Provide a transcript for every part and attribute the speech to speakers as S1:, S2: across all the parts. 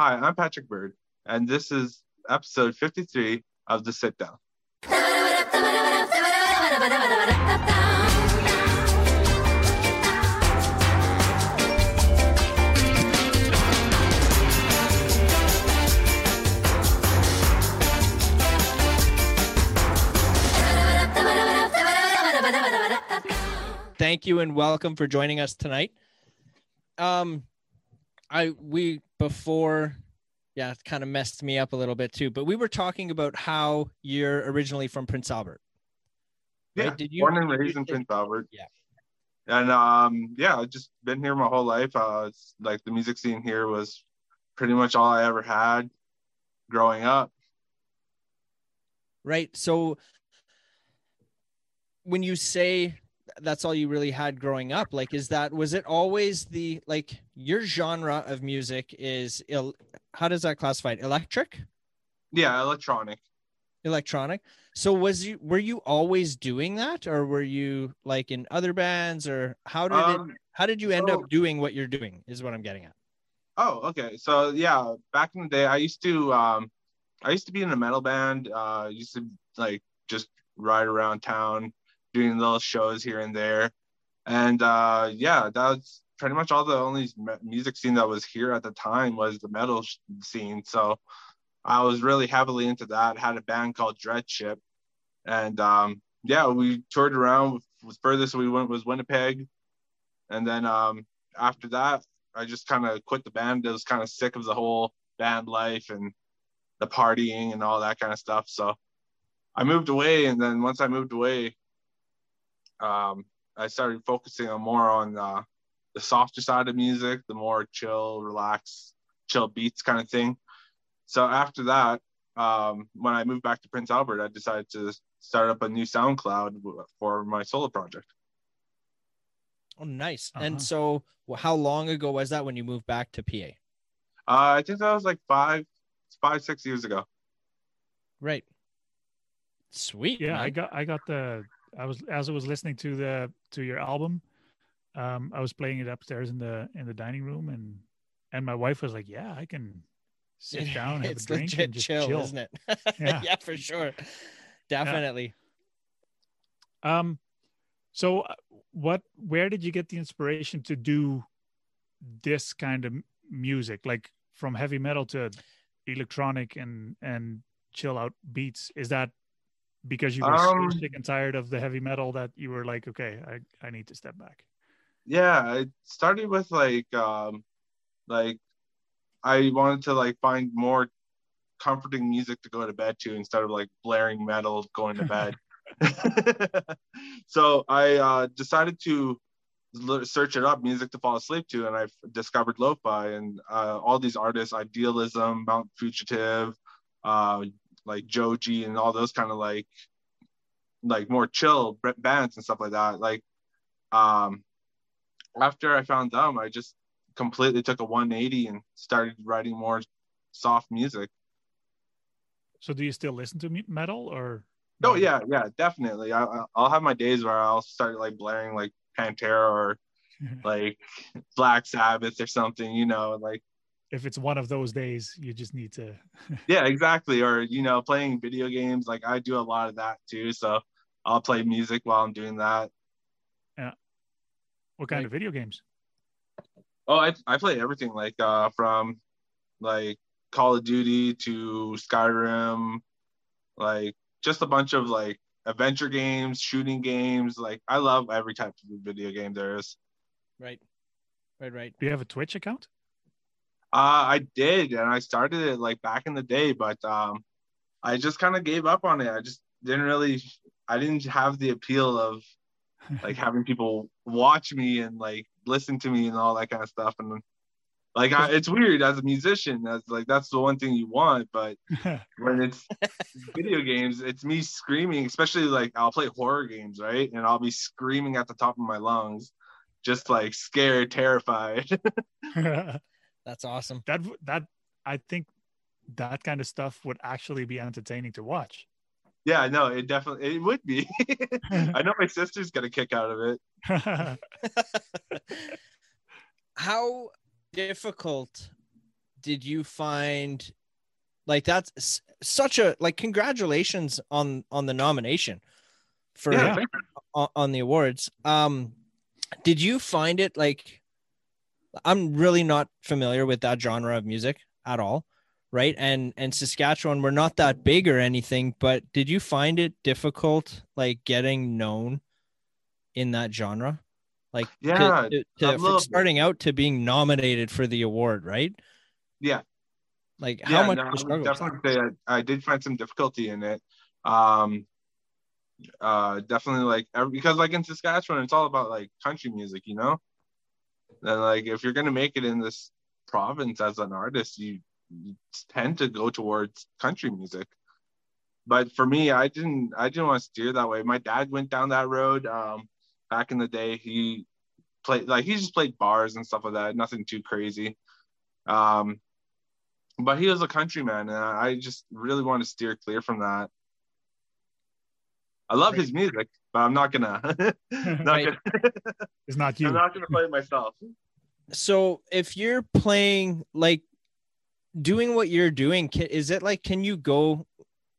S1: Hi, I'm Patrick Bird, and this is episode 53 of The Sit Down.
S2: Thank you and welcome for joining us tonight. Um, I we before, yeah, it kind of messed me up a little bit too. But we were talking about how you're originally from Prince Albert.
S1: Yeah,
S2: Right, did you-
S1: born and
S2: did you
S1: raised in
S2: say-
S1: Prince Albert.
S2: Yeah.
S1: And um, yeah, I've just been here my whole life. Uh, it's like the music scene here was pretty much all I ever had growing up.
S2: right? So when you say that's all you really had growing up, like is that was it always the like your genre of music is el- how does that classified electric?
S1: Yeah, electronic.
S2: electronic so was you were you always doing that or were you like in other bands or how did it,
S1: Um,
S2: how did you end
S1: so-
S2: up doing what you're doing is what i'm getting at
S1: oh, okay. So yeah, back in the day, I used to um, I used to be in a metal band. Uh, used to like just ride around town doing little shows here and there, and uh, yeah, that's pretty much all the only me- music scene that was here at the time was the metal sh- scene. So I was really heavily into that. Had a band called Dreadship, and um, yeah, we toured around. The furthest we went was Winnipeg, and then um, after that, I just kind of quit the band. I was kind of sick of the whole band life and the partying and all that kind of stuff. So I moved away, and then once I moved away, um, I started focusing on more on uh, the softer side of music, the more chill, relaxed, chill beats kind of thing. So after that, um, when I moved back to Prince Albert, I decided to start up a new SoundCloud w- for my solo project.
S2: oh nice
S3: Uh-huh.
S2: and so well, how long ago was that when you moved back to pa
S1: Uh, I think that was like five, five, six years ago.
S2: right sweet
S3: yeah i
S2: man.
S3: got i got the i was as i was listening to the to your album um i was playing it upstairs in the in the dining room and and my wife was like yeah i can sit down have a
S2: it's
S3: drink
S2: legit
S3: and just
S2: chill,
S3: chill,
S2: isn't it yeah.
S3: Yeah.
S2: for sure definitely
S3: um so uh, what where did you get the inspiration to do this kind of m- music like from heavy metal to electronic and and chill out beats is that because you were
S1: Um,
S3: so sick and tired of the heavy metal that you were like okay i i need to step back
S1: yeah it started with like um like i wanted to like find more comforting music to go to bed to instead of like blaring metal going to bed so i uh decided to l- search it up music to fall asleep to and i discovered lo-fi and uh, all these artists idealism mount fugitive uh like joji and all those kind of like like more chill b- bands and stuff like that like um after I found them, I just completely took a 180 and started writing more soft music.
S3: So do you still listen to me- metal or?
S1: Oh
S3: no?
S1: yeah, yeah, definitely. I, I- I'll have my days where I'll start like blaring like Pantera or like Black Sabbath or something, you know, like
S3: if it's one of those days, you just need to.
S1: yeah, exactly. Or you know, playing video games. Like I do a lot of that too. So I'll play music while I'm doing that.
S3: What kind
S2: Like-
S3: of video games?
S1: Oh, I I play everything like uh from like Call of Duty to Skyrim, like just a bunch of like adventure games, shooting games. Like I love every type of video game there is.
S2: right right right
S3: Do you have a Twitch account?
S1: Uh, I did, and I started it like back in the day, but um, I just kind of gave up on it. I just didn't really, I didn't have the appeal of like having people watch me and like listen to me and all that kind of stuff. And like, I, it's weird as a musician. That's like that's the one thing you want, but when it's video games, it's me screaming, especially like I'll play horror games, right? And I'll be screaming at the top of my lungs, just like scared, terrified.
S3: that
S2: that's awesome
S3: w- that I think that kind of stuff would actually be entertaining to watch.
S1: yeah, no, it definitely it would be. I know my sister's gonna kick out of it.
S2: how difficult did you find like that's s- such a like congratulations on on the nomination for
S1: yeah,
S3: Yeah.
S2: on, on the awards. Um, did you find it like? I'm really not familiar with that genre of music at all, right? And and Saskatchewan, we're not that big or anything, but did you find it difficult, like getting known in that genre, like to-
S1: Yeah,
S2: to,
S1: a
S2: to,
S1: little
S2: from
S1: bit.
S2: starting out to being nominated for the award, right?
S1: Yeah.
S2: Like how
S1: Yeah,
S2: much
S1: no,
S2: of a
S1: I would
S2: struggle was that?
S1: definitely say I, I did find some difficulty in it. Um, uh, definitely like ev- because like in Saskatchewan, it's all about like country music, you know. And like if you're gonna make it in this province as an artist, you, you tend to go towards country music. But for me, I didn't I didn't want to steer that way. My dad went down that road um, back in the day. He played like he just played bars and stuff like that, nothing too crazy. Um, but he was a countryman, and I I just really want to steer clear from that. I love
S3: Right.
S1: his music, but I'm not gonna, not
S2: Right.
S1: gonna
S3: It's not
S1: I'm
S3: you.
S1: not gonna play it myself.
S2: so if you're playing like doing what you're doing ca- is it like can you go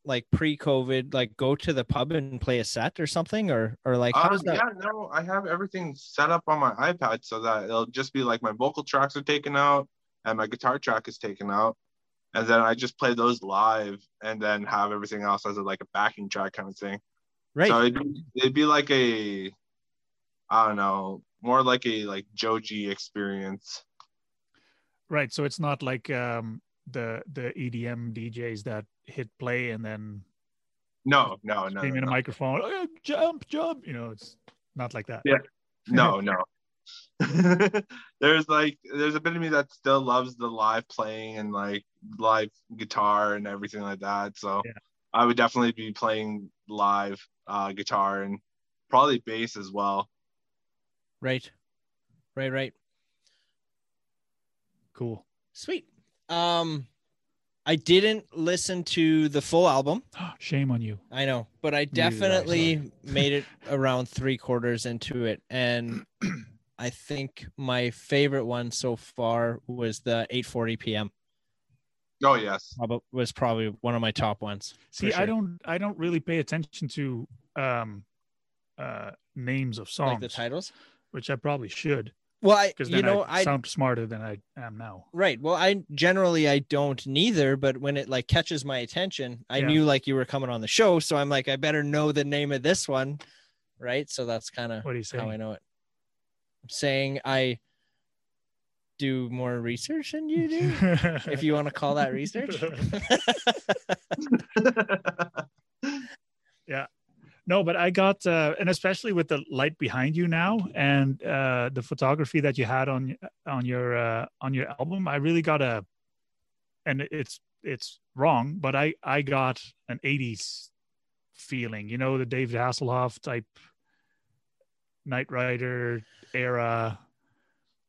S2: like pre-covid like go to the pub and play a set or something or or like how
S1: Uh,
S2: does that
S1: Yeah, no, I have everything set up on my iPad so that it'll just be like my vocal tracks are taken out and my guitar track is taken out, and then I just play those live and then have everything else as a, like a backing track kind of thing.
S2: right
S1: So it'd be, it'd be like a, I don't know, more like a like Joji experience.
S3: Right. So it's not like um the the EDM DJs that hit play and then
S1: No, no, no,
S3: scream
S1: no,
S3: in
S1: no,
S3: a microphone, "Oh, jump, jump. You know, it's not like that.
S1: Yeah. no, no. there's like there's a bit of me that still loves the live playing and like live guitar and everything like that. So
S3: Yeah.
S1: I would definitely be playing live uh, guitar and probably bass as well.
S2: right right right
S3: Cool.
S2: sweet um i didn't listen to the full album
S3: Shame on you.
S2: I know, but I
S3: Neither did I,
S2: definitely made it around three quarters into it, and I think my favorite one so far was the 8:40 p.m.
S1: Oh yes,
S2: Probably was probably one of my top ones.
S3: See,
S2: sure.
S3: I don't I don't really pay attention to um uh names of
S2: Like
S3: songs,
S2: the titles.
S3: which I probably should,
S2: um, Well, I
S3: because then
S2: you know
S3: I,
S2: I
S3: sound smarter than I am now.
S2: right. Well, I generally I don't neither, but when it like catches my attention, I
S3: Yeah.
S2: knew like you were coming on the show, so I'm like I better know the name of this one, right? So that's kind of
S3: What do you say?
S2: how I know it. I'm saying I do more research than you do. if you want to call that research.
S3: No, but I got uh, and especially with the light behind you now and uh, the photography that you had on on your uh, on your album, I really got a and it's it's wrong, but I I got an 80s feeling, you know, the David Hasselhoff type Knight Rider era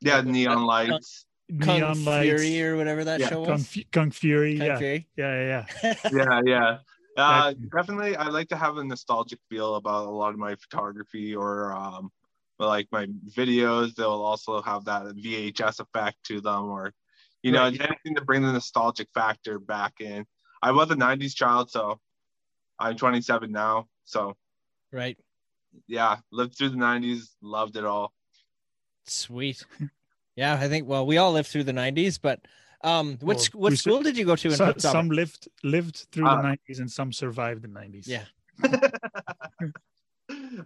S1: yeah, neon lights.
S2: Kung
S3: neon
S2: Fury
S3: lights
S2: or whatever that
S1: Yeah,
S2: show was.
S3: Kung, Fu- Kung Fury,
S2: Kung
S3: yeah,
S2: Fury.
S3: yeah, yeah, yeah.
S1: Yeah, yeah. Uh,
S3: Exactly.
S1: definitely, I like to have a nostalgic feel about a lot of my photography or um, but like my videos. They'll also have that VHS effect to them, or you know,
S3: Right.
S1: anything to bring the nostalgic factor back in. I was a '90s child, so I'm 27 now. So
S2: Right.
S1: yeah, lived through the '90s, loved it all.
S2: Sweet. Yeah, I think well, we all lived through the nineties, but um what
S3: Well,
S2: sc- what
S3: we said-
S2: school did you go to in
S3: So-
S2: Hotel?
S3: some lived lived through
S1: Ah.
S3: the 90s and some survived the 90s.
S2: Yeah.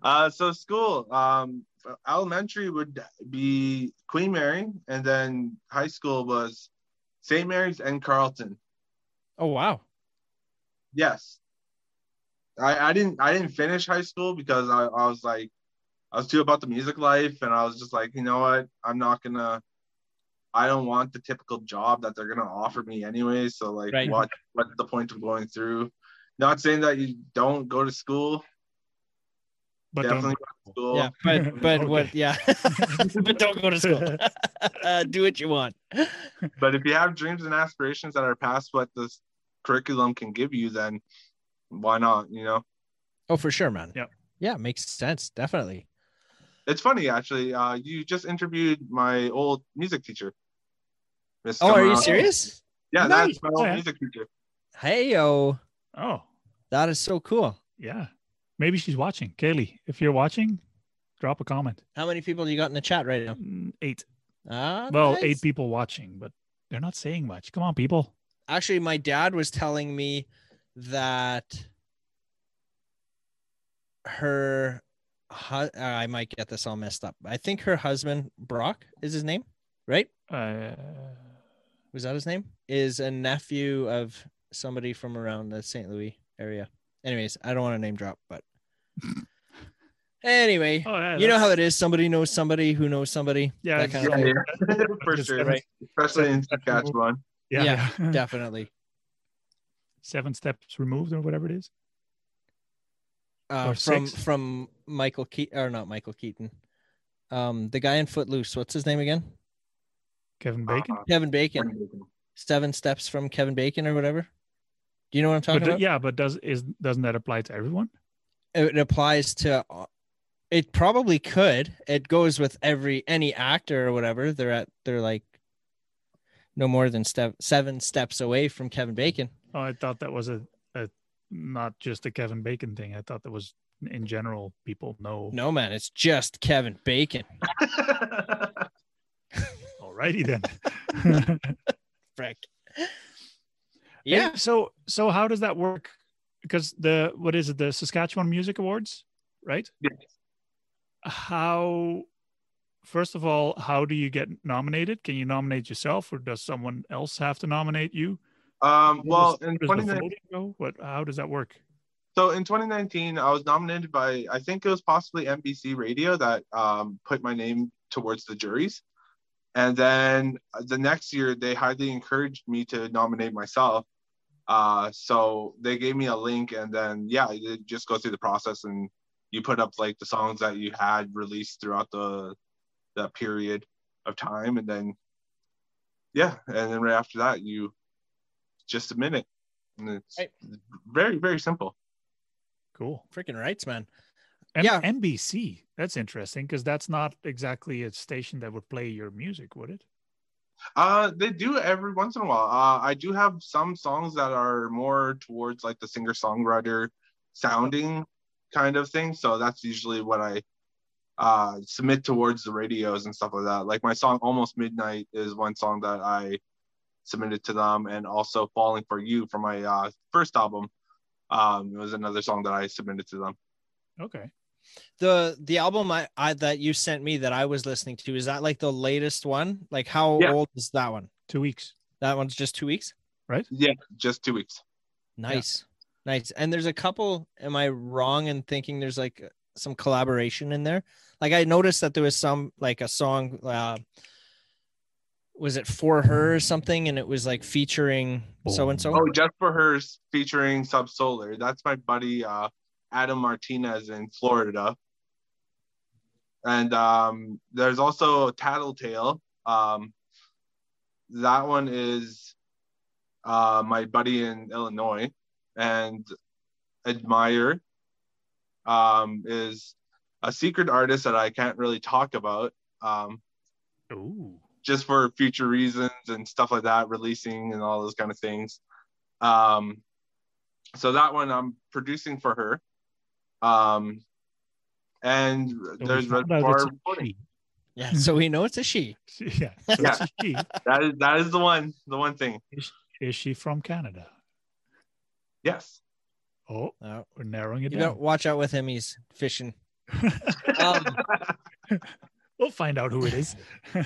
S1: Uh, so school, um, elementary would be Queen Mary, and then high school was St. Mary's and Carleton.
S2: Oh wow.
S1: Yes, I, I didn't I didn't finish high school because I, I was like I was too about the music life, and I was just like, you know what, I'm not gonna. I don't want the typical job that they're gonna offer me anyway. So like,
S2: Right.
S1: what what's the point of going through? Not saying that you don't go to school.
S3: But don't-
S1: definitely go to school.
S2: Yeah, but but what
S3: Okay.
S2: yeah. but don't go to school. uh, do what you want.
S1: But if you have dreams and aspirations that are past what this curriculum can give you, then why not? You know,
S2: Oh, for sure, man.
S3: Yep.
S2: Yeah, makes sense. Definitely.
S1: it's funny actually. Uh, you just interviewed my old music teacher. Miss
S2: Oh, are you
S1: Camarano.
S2: serious?
S1: Yeah,
S3: Nice.
S1: that's my
S3: Oh,
S1: old
S3: yeah.
S1: music teacher.
S2: Hey yo,
S3: Oh,
S2: that is so cool.
S3: yeah. Maybe she's watching. Kaylee, if you're watching, drop a comment.
S2: How many people do you got in the chat right now?
S3: Mm, Eight.
S2: Ah,
S3: well,
S2: nice.
S3: eight people watching, but they're not saying much. Come on, people.
S2: actually my dad was telling me that her hu- uh, i might get this all messed up i think her husband brock is his name right
S3: Uh,
S2: was that his name is a nephew of somebody from around the st louis area anyways i don't want to name drop but anyway
S3: oh, yeah,
S2: you know
S3: that's-
S2: how it is somebody knows somebody who knows somebody
S3: Yeah,
S2: that kind
S1: Yeah,
S2: of
S3: exactly.
S2: thing.
S1: yeah. for
S3: Just
S1: sure,
S3: seven-
S2: Right.
S1: especially in Saskatchewan.
S3: Yeah. yeah.
S2: definitely
S3: Seven steps removed or whatever it is.
S2: uh,
S3: Or
S2: from
S3: six.
S2: from Michael Keaton or not Michael Keaton, um, the guy in Footloose. What's his name again?
S3: Kevin Bacon.
S1: Uh,
S2: Kevin Bacon.
S1: Bacon.
S2: Seven steps from Kevin Bacon or whatever. Do you know what I'm
S3: But
S2: talking
S3: do-
S2: about?
S3: yeah, but does is doesn't that apply to everyone?
S2: It applies to. uh, It probably could. It goes with every any actor or whatever. They're at. They're like. No more than step seven steps away from Kevin Bacon.
S3: Oh, I thought that was a, a not just a Kevin Bacon thing. I thought that was in general people know.
S2: No man, it's just Kevin Bacon.
S1: uh,
S3: Alrighty then.
S2: Frick.
S3: Hey,
S2: Yeah.
S3: so so how does that work? Because the what is it? The Saskatchewan Music Awards, right?
S1: Yes.
S3: How? First of all, how do you get nominated? Can you nominate yourself, or does someone else have to nominate you?
S1: Um,
S3: Where
S1: well,
S3: does-
S1: in
S3: where does the
S1: 2019,
S3: voting go? What? How does that work?
S1: So in 2019, I was nominated by I think it was possibly NBC Radio that um, put my name towards the juries, and then uh, the next year they highly encouraged me to nominate myself. Uh, so they gave me a link, and then yeah, you just go through the process, and you put up like the songs that you had released throughout the that period of time, and then yeah, and then right after that you just submit it. And it's
S2: Right.
S1: very very simple.
S3: Cool.
S2: Freaking rights, man.
S3: And
S2: Yeah.
S3: NBC. That's interesting because that's not exactly a station that would play your music, would it?
S1: Uh, they do every once in a while. Uh, I do have some songs that are more towards like the singer songwriter sounding kind of thing. So that's usually what I uh submit towards the radios and stuff like that. Like my song "Almost Midnight" is one song that I submitted to them, and also "Falling for You" from my uh, first album. Um, it was another song that I submitted to them.
S3: Okay.
S2: the the album I, I that you sent me that I was listening to is that like the latest one? Like how
S1: Yeah.
S2: old is that one?
S3: Two weeks.
S2: That one's just two weeks.
S1: Yeah, just two weeks.
S2: Nice, nice. And there's a couple. Am I wrong in thinking there's like some collaboration in there? Like I noticed that there was some like a song. Uh, was it for her or something? And it was like featuring so and so.
S1: Oh, just for hers featuring Subsolar. That's my buddy uh, Adam Martinez in Florida. And um, there's also Tattletale. Um, that one is uh, my buddy in Illinois, and Admire um, is a secret artist that I can't really talk about. Um,
S3: Ooh.
S1: just for future reasons and stuff like that, releasing and all those kind of things. Um, so that one I'm producing for her. Um, and
S3: So we
S1: there's Red
S3: found out
S1: Bar
S3: it's a
S1: Recording.
S3: she.
S2: Yeah. So we know it's a she.
S3: Yeah. So
S1: Yeah.
S3: it's a she.
S1: That is that is the one, the one thing.
S3: Is she from Canada?
S1: Yes.
S3: Oh,
S2: Oh,
S3: we're narrowing it
S2: you
S3: down.
S2: don't watch out with him. He's fishing. Um,
S3: We'll find out who it is.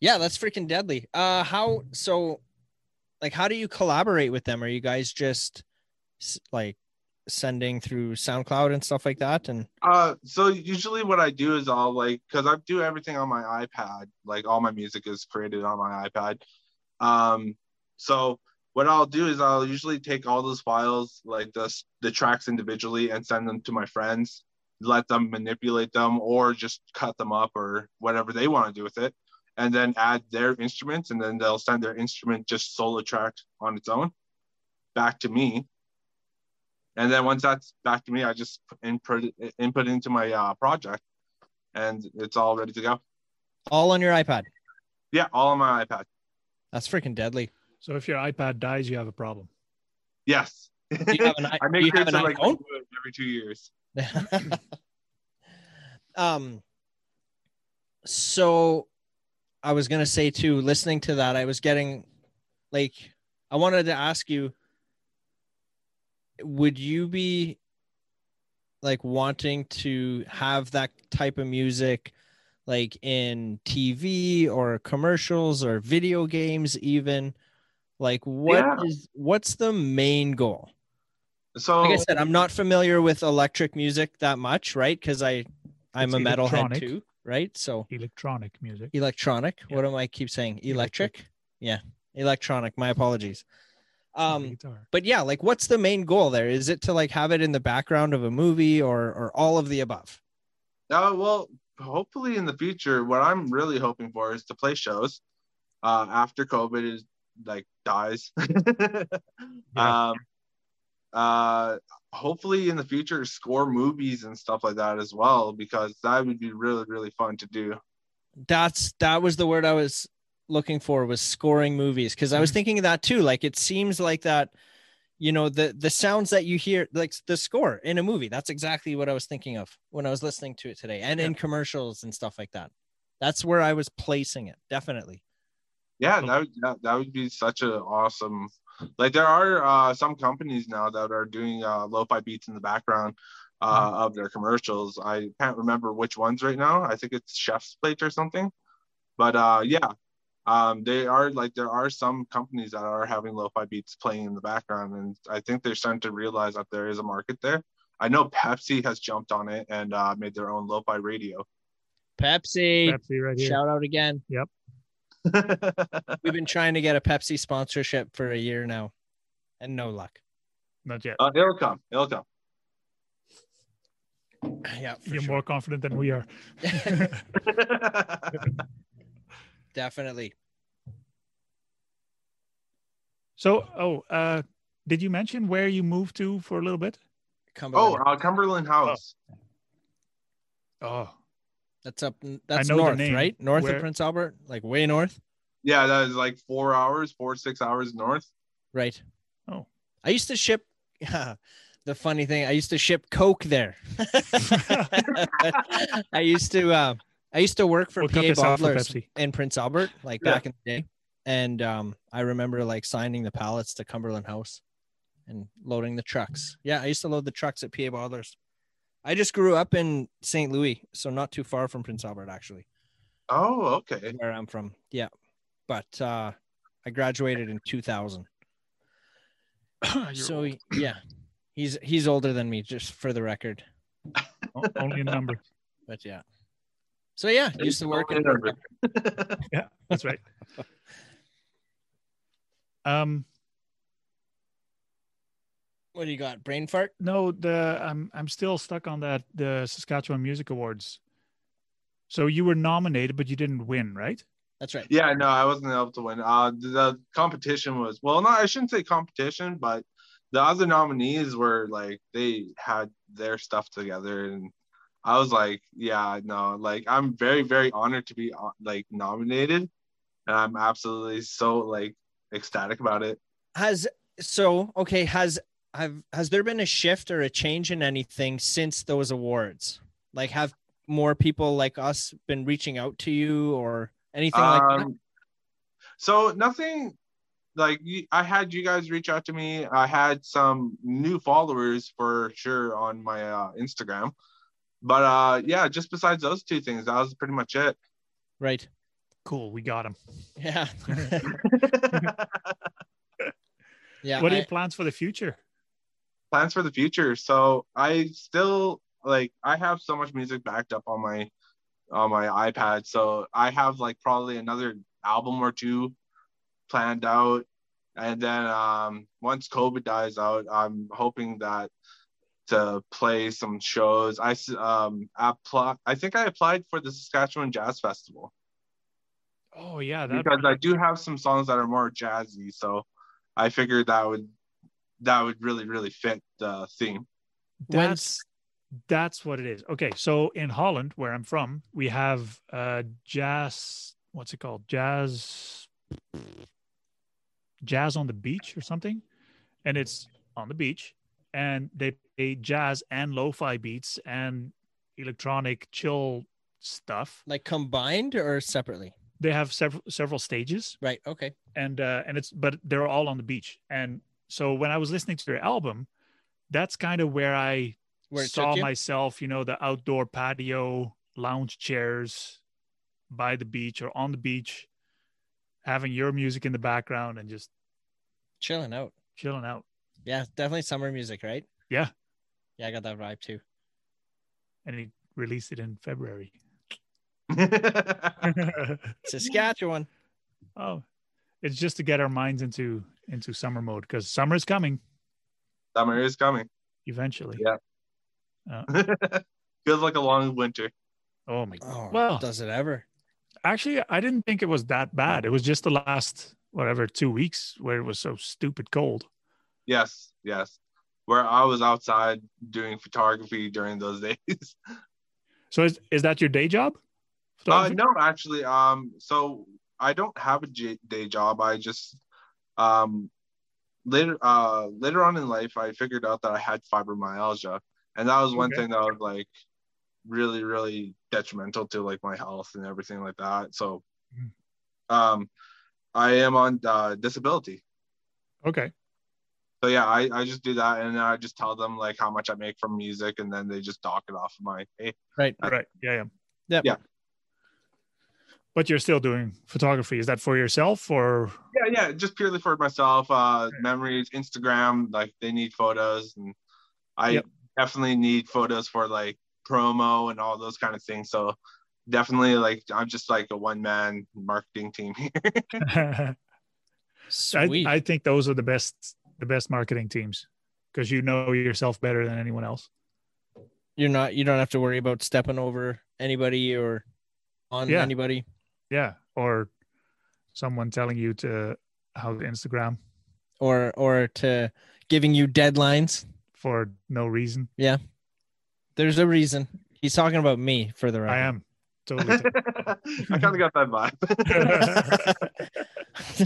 S2: Yeah, that's freaking deadly. Uh, how so? Like, how do you collaborate with them? Are you guys just s- like sending through SoundCloud and stuff like that? And
S1: Uh, so usually what I do is I'll like, cause I do everything on my iPad. Like all my music is created on my iPad. Um, so what I'll do is I'll usually take all those files, like the s- the tracks individually, and send them to my friends. Let them manipulate them, or just cut them up, or whatever they want to do with it, and then add their instruments, and then they'll send their instrument just solo track on its own back to me. And then once that's back to me, I just input input into my uh, project, and it's all ready to go.
S2: all on your iPad.
S1: Yeah, all on my iPad.
S2: That's freaking deadly.
S3: So if your iPad dies, you have a problem.
S1: Yes.
S2: Do you have an, i-
S1: I
S2: do
S1: make
S2: you
S1: sure
S2: have
S1: to
S2: an
S1: like
S2: iPhone?
S1: renew it every two years.
S2: um so i was going to say too listening to that i was getting like i wanted to ask you would you be like wanting to have that type of music like in tv or commercials or video games even like what is
S1: Yeah.
S2: what's the main goal
S1: So
S3: Oh.
S2: like I said, I'm not familiar with electric music that much, right? Because I, I'm
S3: It's
S2: a metalhead
S3: electronic.
S2: too, right? So
S3: Electronic music.
S2: electronic.
S3: Yeah.
S2: What am I keep saying?
S3: Electric.
S2: Electric. Yeah, electronic. My apologies.
S3: not the
S2: Um,
S3: guitar.
S2: but yeah, like, what's the main goal there? Is it to like have it in the background of a movie or or all of the above?
S1: Uh, well, hopefully in the future, what I'm really hoping for is to play shows uh, after COVID is like dies.
S3: Yeah.
S1: Um, uh, hopefully in the future, score movies and stuff like that as well, because that would be really really fun to do.
S2: That's that was the word I was looking for was scoring movies because I was
S3: Mhm.
S2: thinking of that too. Like, it seems like that. You know the the sounds that you hear, like the score in a movie. That's exactly what I was thinking of when I was listening to it today, and in commercials and stuff like that. That's where I was placing it, definitely.
S1: Yeah,
S3: Cool.
S1: that would that, that would be such an awesome. Like there are uh, some companies now that are doing uh, lo-fi beats in the background uh, of their commercials. I can't remember which ones right now. I think it's Chef's Plate or something. But uh, yeah, um, they are like there are some companies that are having lo-fi beats playing in the background, and I think they're starting to realize that there is a market there. I know Pepsi has jumped on it and uh, made their own lo-fi radio.
S2: Pepsi,
S3: Pepsi right here.
S2: shout out again.
S1: Uh,
S2: We've been trying to get a Pepsi sponsorship for a year now, and no luck.
S3: Not yet.
S1: uh, it'll come. It'll come.
S2: Yeah, for
S3: You're
S2: sure.
S3: more confident than we are.
S2: definitely.
S3: So, oh, uh, did you mention where you moved to for a little bit?
S1: oh,
S2: Cumberland.
S1: uh, Cumberland House.
S3: Oh,
S2: that's up. That's
S3: know the
S2: north,
S3: name.
S2: right? North
S3: Where-
S2: of Prince Albert, like way north.
S1: Yeah, that is like four hours, four six hours north.
S2: Right.
S3: Oh.
S2: I used to ship the funny thing, I used to ship Coke there. I used to uh I used to work for
S3: We'll cut
S2: PA
S3: this out for
S2: Bottlers
S3: Pepsi.
S2: in Prince Albert, like
S1: Yeah.
S2: back in the day. And um I remember like signing the pallets to Cumberland House and loading the trucks. Yeah, I used to load the trucks at PA Bottlers. I just grew up in St. Louis, so not too far from Prince Albert actually
S1: Oh, okay.
S2: where I'm from. Yeah. But uh I graduated in 2000.
S3: You're
S2: so he- yeah. He's he's older than me just for the record.
S3: o- Oh, only a number.
S2: But yeah. So yeah, used to work in
S3: That's right. Um,
S2: what do you got? Brain fart?
S3: no, the I'm I'm still stuck on that the Saskatchewan Music Awards. So you were nominated, but you didn't win, right?
S2: That's right.
S1: Yeah, no, I wasn't able to win. Uh, the competition was well, no, I shouldn't say competition, but the other nominees were like they had their stuff together, and I was like, yeah, no, like I'm very, very honored to be uh, like nominated, and I'm absolutely so like ecstatic about it.
S2: Has so okay, has have has there been a shift or a change in anything since those awards? Like have more people like us been reaching out to you or anything like that?
S1: Um, So nothing like you- I had you guys reach out to me. I had some new followers for sure on my uh, Instagram, but uh, yeah, just besides those two things, that was pretty much it.
S2: Right.
S3: Cool, we got him.
S2: Yeah. yeah.
S3: what are
S2: I-
S3: your plans for the future?
S1: Plans for the future. So I still like I have so much music backed up on my on my iPad. So I have like probably another album or two planned out. And then um, once COVID dies out, I'm hoping that to play some shows. I s- um apply. I think I applied for the Saskatchewan Jazz Festival
S3: Oh yeah, that
S1: because I do have some songs that are more jazzy. So I figured that would that would really really fit the theme.
S3: that's that's what it is. Okay, so in Holland, where I'm from, we have uh jazz. what's it called? Jazz Jazz on the Beach or something. And it's on the beach and they play jazz and lo-fi beats and electronic chill stuff.
S2: Like combined or separately?
S3: They have several several stages
S2: Right. Okay.
S3: and uh, and it's but they're all on the beach. And so when I was listening to their album, that's kind of where I
S2: Where it
S3: saw
S2: took you?
S3: myself, you know, the outdoor patio, lounge chairs by the beach or on the beach, having your music in the background and just
S2: chilling out.
S3: chilling out.
S2: Yeah, definitely summer music, right?
S3: Yeah.
S2: Yeah, I got that vibe too.
S3: And he released it in February.
S2: Saskatchewan.
S3: oh, it's just to get our minds into into summer mode because summer is coming
S1: Summer is coming.
S3: eventually.
S1: Yeah. Feels like a long winter.
S3: Oh my
S2: Oh,
S3: Well-
S2: does it ever?
S3: actually i didn't think it was that bad it was just the last whatever two weeks where it was so stupid cold
S1: Yes, yes. Where I was outside doing photography during those days.
S3: so is, is that your day job
S1: Uh,
S3: Photography?
S1: no, actually, um, so I don't have a j- day job. I just, um, later, uh, later on in life, I figured out that I had fibromyalgia, and that was one
S3: Okay.
S1: thing that was like really, really detrimental to like my health and everything like that. So,
S3: Mm.
S1: um, I am on uh, disability.
S3: okay
S1: So yeah, I, I just do that, and I just tell them like how much I make from music, and then they just dock it off of my pay.
S2: Right.
S3: all right yeah yeah
S2: Yep.
S1: Yeah.
S3: but you're still doing photography is that for yourself or
S1: yeah yeah just purely for myself uh
S3: Okay.
S1: memories instagram like they need photos and i
S3: Yep.
S1: definitely need photos for like promo and all those kind of things so definitely like i'm just like a one-man marketing team here
S3: I,
S2: Sweet.
S3: I think those are the best the best marketing teams because you know yourself better than anyone else
S2: You're not. You don't have to worry about stepping over anybody or on
S3: Yeah.
S2: anybody.
S3: yeah or someone telling you to how to instagram
S2: or or to giving you deadlines.
S3: for no reason
S2: There's a reason. He's talking about me for the record.
S3: i am totally
S1: i kind of got that vibe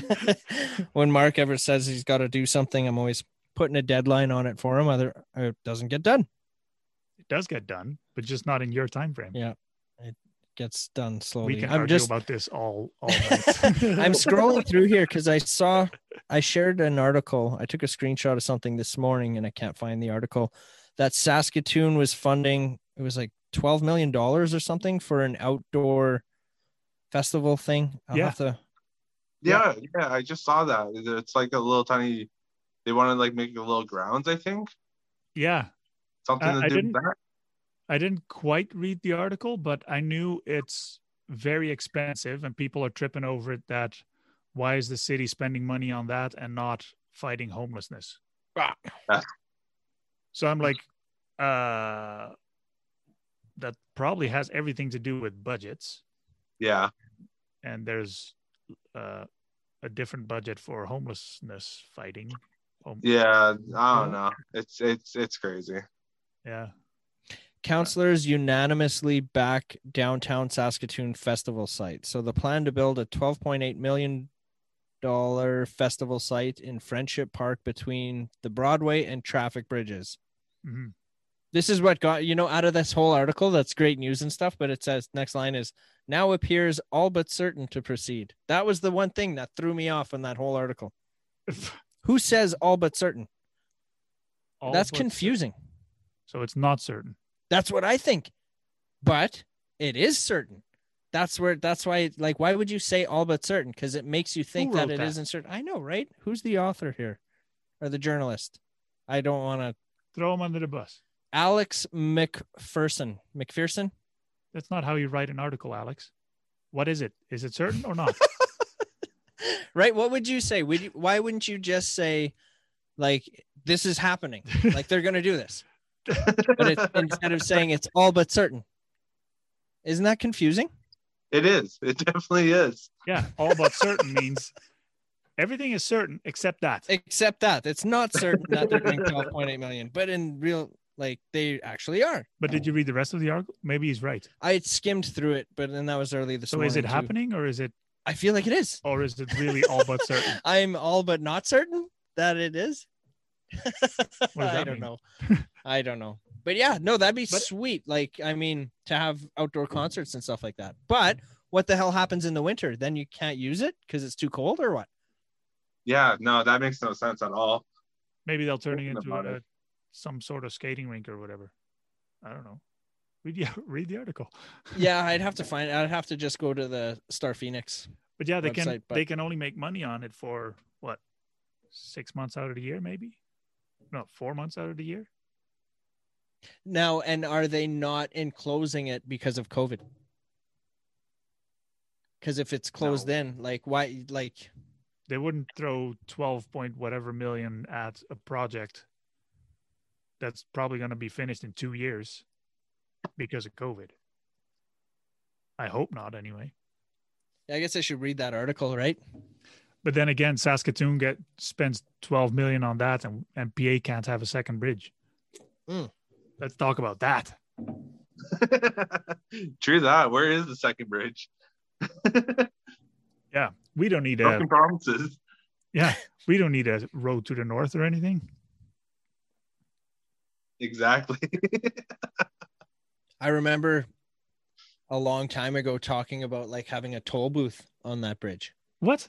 S2: when Mark ever says he's got to do something, I'm always putting a deadline on it for him. Other it doesn't get done.
S3: it does get done, but just not in your time frame.
S2: Yeah, Gets done slowly.
S3: we can
S2: I'm
S3: argue
S2: just
S3: about this all all night.
S2: I'm scrolling through here because I saw I shared an article. I took a screenshot of something this morning and I can't find the article that Saskatoon was funding. It was like twelve million dollars or something for an outdoor festival thing. I'll
S3: Yeah.
S2: have to
S1: yeah yeah i just saw that it's like a little tiny they want to like make a little grounds i think
S3: yeah,
S1: something
S3: Uh,
S1: to
S3: I
S1: do
S3: didn't-
S1: with that
S3: I didn't quite read the article, but I knew it's very expensive, and people are tripping over it. That why is the city spending money on that and not fighting homelessness?
S2: Ah.
S3: So I'm like, uh, that probably has everything to do with budgets.
S1: yeah
S3: and there's uh, a different budget for homelessness fighting. Home-
S1: yeah i don't know it's it's it's crazy
S3: yeah.
S2: Councillors unanimously back downtown Saskatoon festival site. So the plan to build a 12.8 million dollar festival site in Friendship Park between the Broadway and traffic bridges.
S3: Mhm.
S2: This is what got you know out of this whole article. That's great news and stuff, but it says next line is now appears all but certain to proceed. That was the one thing that threw me off in that whole article.
S3: Mm-hmm.
S2: Who says all but certain?
S3: All
S2: That's
S3: but-
S2: confusing.
S3: So it's not certain.
S2: That's what I think. But it is certain. That's where that's why like why would you say all but certain? Because it makes you think that
S3: wrote
S2: it
S3: that?
S2: isn't certain. I know, right? Who's the author here? Or the journalist? I don't want to
S3: Throw them under the bus.
S2: Alex McPherson. McPherson?
S3: That's not how you write an article, Alex. What is it? Is it certain or not?
S2: Right? What would you say? Would you, why wouldn't you just say like this is happening? Like they're gonna do this. But it, instead of saying it's all but certain. Isn't that confusing?
S1: it is it definitely is
S3: yeah. All but certain means everything is certain except that.
S2: except that it's not certain that they're doing 12.8 million but in real Like they actually are.
S3: But did you read the rest of the article? Maybe he's right.
S2: I had skimmed through it, but then that was early this
S3: So
S2: morning.
S3: is it
S2: too.
S3: happening or is it
S2: I feel like it is.
S3: or is it really all but certain?
S2: I'm all but not certain that it is.
S3: What does
S2: I
S3: that
S2: don't
S3: mean?
S2: know. I don't know. But yeah, no, that'd be
S3: But-
S2: sweet. Like, I mean, to have outdoor concerts and stuff like that. But what the hell happens in the winter? Then you can't use it because it's too cold or what?
S1: Yeah, no, that makes no sense at all.
S3: Maybe they'll turn it
S1: Thinking
S3: into
S1: about
S3: a,
S1: it.
S3: some sort of skating rink or whatever. I don't know. Read the read the article.
S2: Yeah, I'd have to find. I'd have to just go to the Star Phoenix.
S3: But yeah, they can
S2: Website, but-
S3: they can only make money on it for what six months out of the year, maybe? No, four months out of the year.
S2: Now, and are they not enclosing it because of COVID? Because if it's closed in, like why, like
S3: They wouldn't throw twelve point whatever million at a project that's probably going to be finished in two years because of COVID. I hope not, anyway.
S2: I guess I should read that article, right?
S3: But then again, Saskatoon get spends twelve million on that, and and PA can't have a second bridge.
S2: Mm.
S3: Let's talk about that.
S1: True that. Where is the second bridge?
S3: We don't need a
S1: Broken promises.
S3: yeah, we don't need a road to the north or anything.
S1: Exactly.
S2: I remember a long time ago talking about like having a toll booth on that bridge.
S3: What?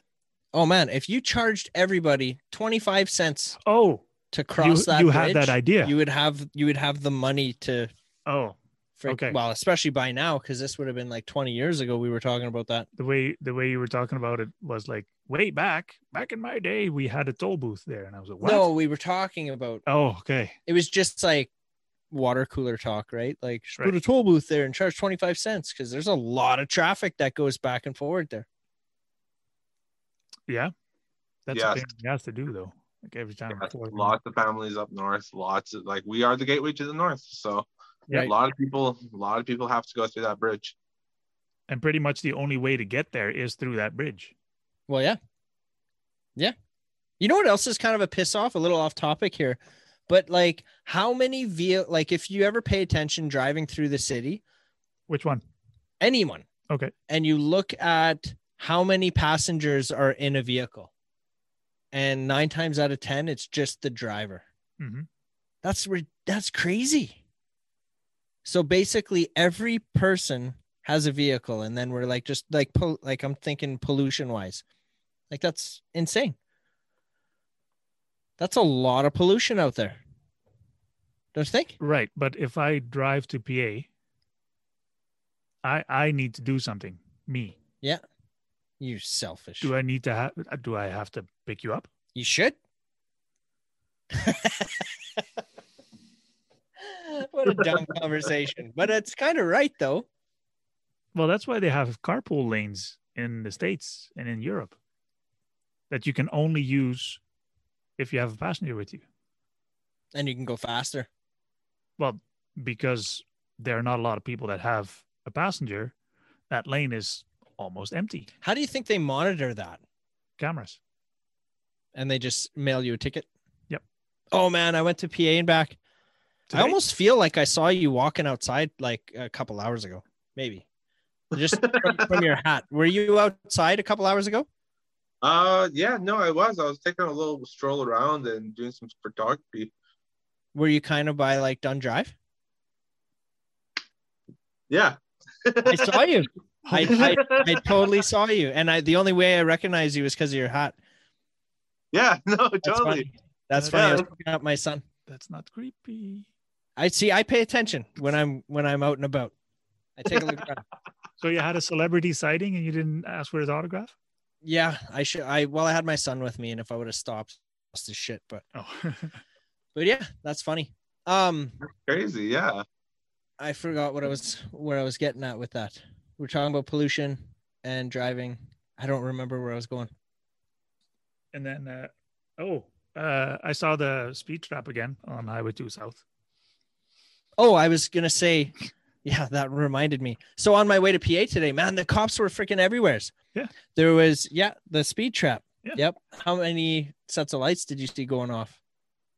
S2: Oh man, if you charged everybody 25 cents
S3: Oh,
S2: to
S3: you,
S2: cross that
S3: you
S2: bridge,
S3: had that idea.
S2: you would have you would have the money to
S3: oh,
S2: freak,
S3: Okay.
S2: well, especially by now cuz this would have been like 20 years ago we were talking about that.
S3: the way the way you were talking about it was like way back back in my day we had a toll booth there, and I was like, what?
S2: No, we were talking about
S3: Oh, okay.
S2: it was just like water cooler talk, right? Like just put a
S3: Right.
S2: toll booth there and charge 25 cents cuz there's a lot of traffic that goes back and forward there.
S3: Yeah, that's
S1: Yes.
S3: a thing you have to do though. Like every time.
S1: Yeah,
S3: before-
S1: lots of families up north. Lots of like we are the gateway to the north. So
S2: Right.
S1: a lot of people, a lot of people have to go through that bridge.
S3: and pretty much the only way to get there is through that bridge.
S2: Well, yeah. Yeah. You know what else is kind of a piss off, a little off topic here, but like how many vehi- like if you ever pay attention driving through the city,
S3: Which one?
S2: anyone.
S3: Okay.
S2: And you look at how many passengers are in a vehicle. And 9 times out of 10 it's just the driver.
S3: Mhm.
S2: That's re- that's crazy. So basically every person has a vehicle and then we're like just like pol- like I'm thinking pollution wise. Like that's insane. That's a lot of pollution out there. Don't you think?
S3: Right, but if I drive to PA, I I need to do something. Me,
S2: You selfish.
S3: do I need to have? Do I have to pick you up?
S2: you should. what a dumb conversation. But it's kind of right though.
S3: Well, that's why they have carpool lanes in the states and in Europe that you can only use if you have a passenger with you,
S2: And you can go faster.
S3: because there are not a lot of people that have a passenger. That lane is almost empty.
S2: How do you think they monitor that?
S3: Cameras.
S2: and they just mail you a ticket.
S3: Yep.
S2: Oh man, I went to PA and back. I
S3: Today-
S2: almost feel like I saw you walking outside like a couple hours ago, maybe. Just from, from your hat. Were you outside a couple hours ago?
S1: Uh, yeah, no, I was. I was taking a little stroll around and doing some photography.
S2: Were you kind of by like Dunn Drive?
S1: Yeah.
S2: I saw you. I, I, I totally saw you, and I the only way I recognized you was because of your hat.
S1: yeah, no,
S2: That's
S1: totally.
S2: funny. That's funny. I was
S1: Yeah.
S2: picking up my son.
S3: uh, That's not creepy.
S2: I see. I pay attention when I'm when I'm out and about. I take a look around.
S3: So you had a celebrity sighting and you didn't ask for his autograph?
S2: Yeah, I should. I well, I had my son with me, and if I would have stopped, lost his shit. But
S3: Oh,
S2: but yeah, that's funny. Um,
S1: Crazy, yeah.
S2: I forgot what I was where I was getting at with that. We're talking about pollution and driving. I don't remember where I was going.
S3: and then uh, oh, uh, I saw the speed trap again on Highway 2 South.
S2: Oh, I was gonna say, yeah, that reminded me. So on my way to PA today, man, the cops were freaking everywhere's.
S3: Yeah.
S2: There was yeah the speed trap.
S3: Yeah.
S2: Yep. How many sets of lights did you see going off?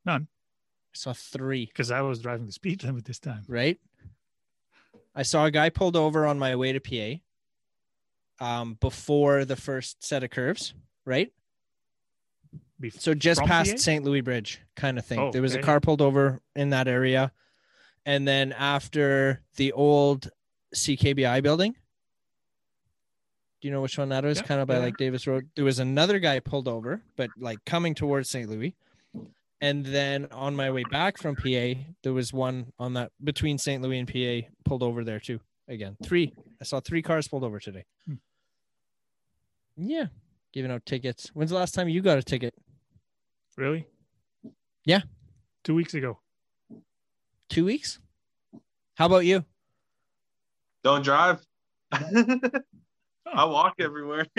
S3: None.
S2: I saw three,
S3: because I was driving the speed limit this time.
S2: right? I saw a guy pulled over on my way to PA um, before the first set of curves, right?
S3: Bef-
S2: So just
S3: From
S2: past
S3: PA?
S2: St. Louis Bridge kind of thing.
S3: Oh,
S2: there was a
S3: okay.
S2: car pulled over in that area. And then after the old CKBI building, do you know which one that is?
S3: Yeah,
S2: kind of by
S3: yeah.
S2: like Davis Road. There was another guy pulled over, but like coming towards St. Louis. And then on my way back from PA, there was one on that between St. Louis and PA pulled over there too. Again, three. I saw three cars pulled over today.
S3: Hmm.
S2: Yeah. Giving out tickets. When's the last time you got a ticket?
S3: Really?
S2: Yeah.
S3: Two weeks ago.
S2: two weeks. How about you?
S1: Don't drive. I walk everywhere.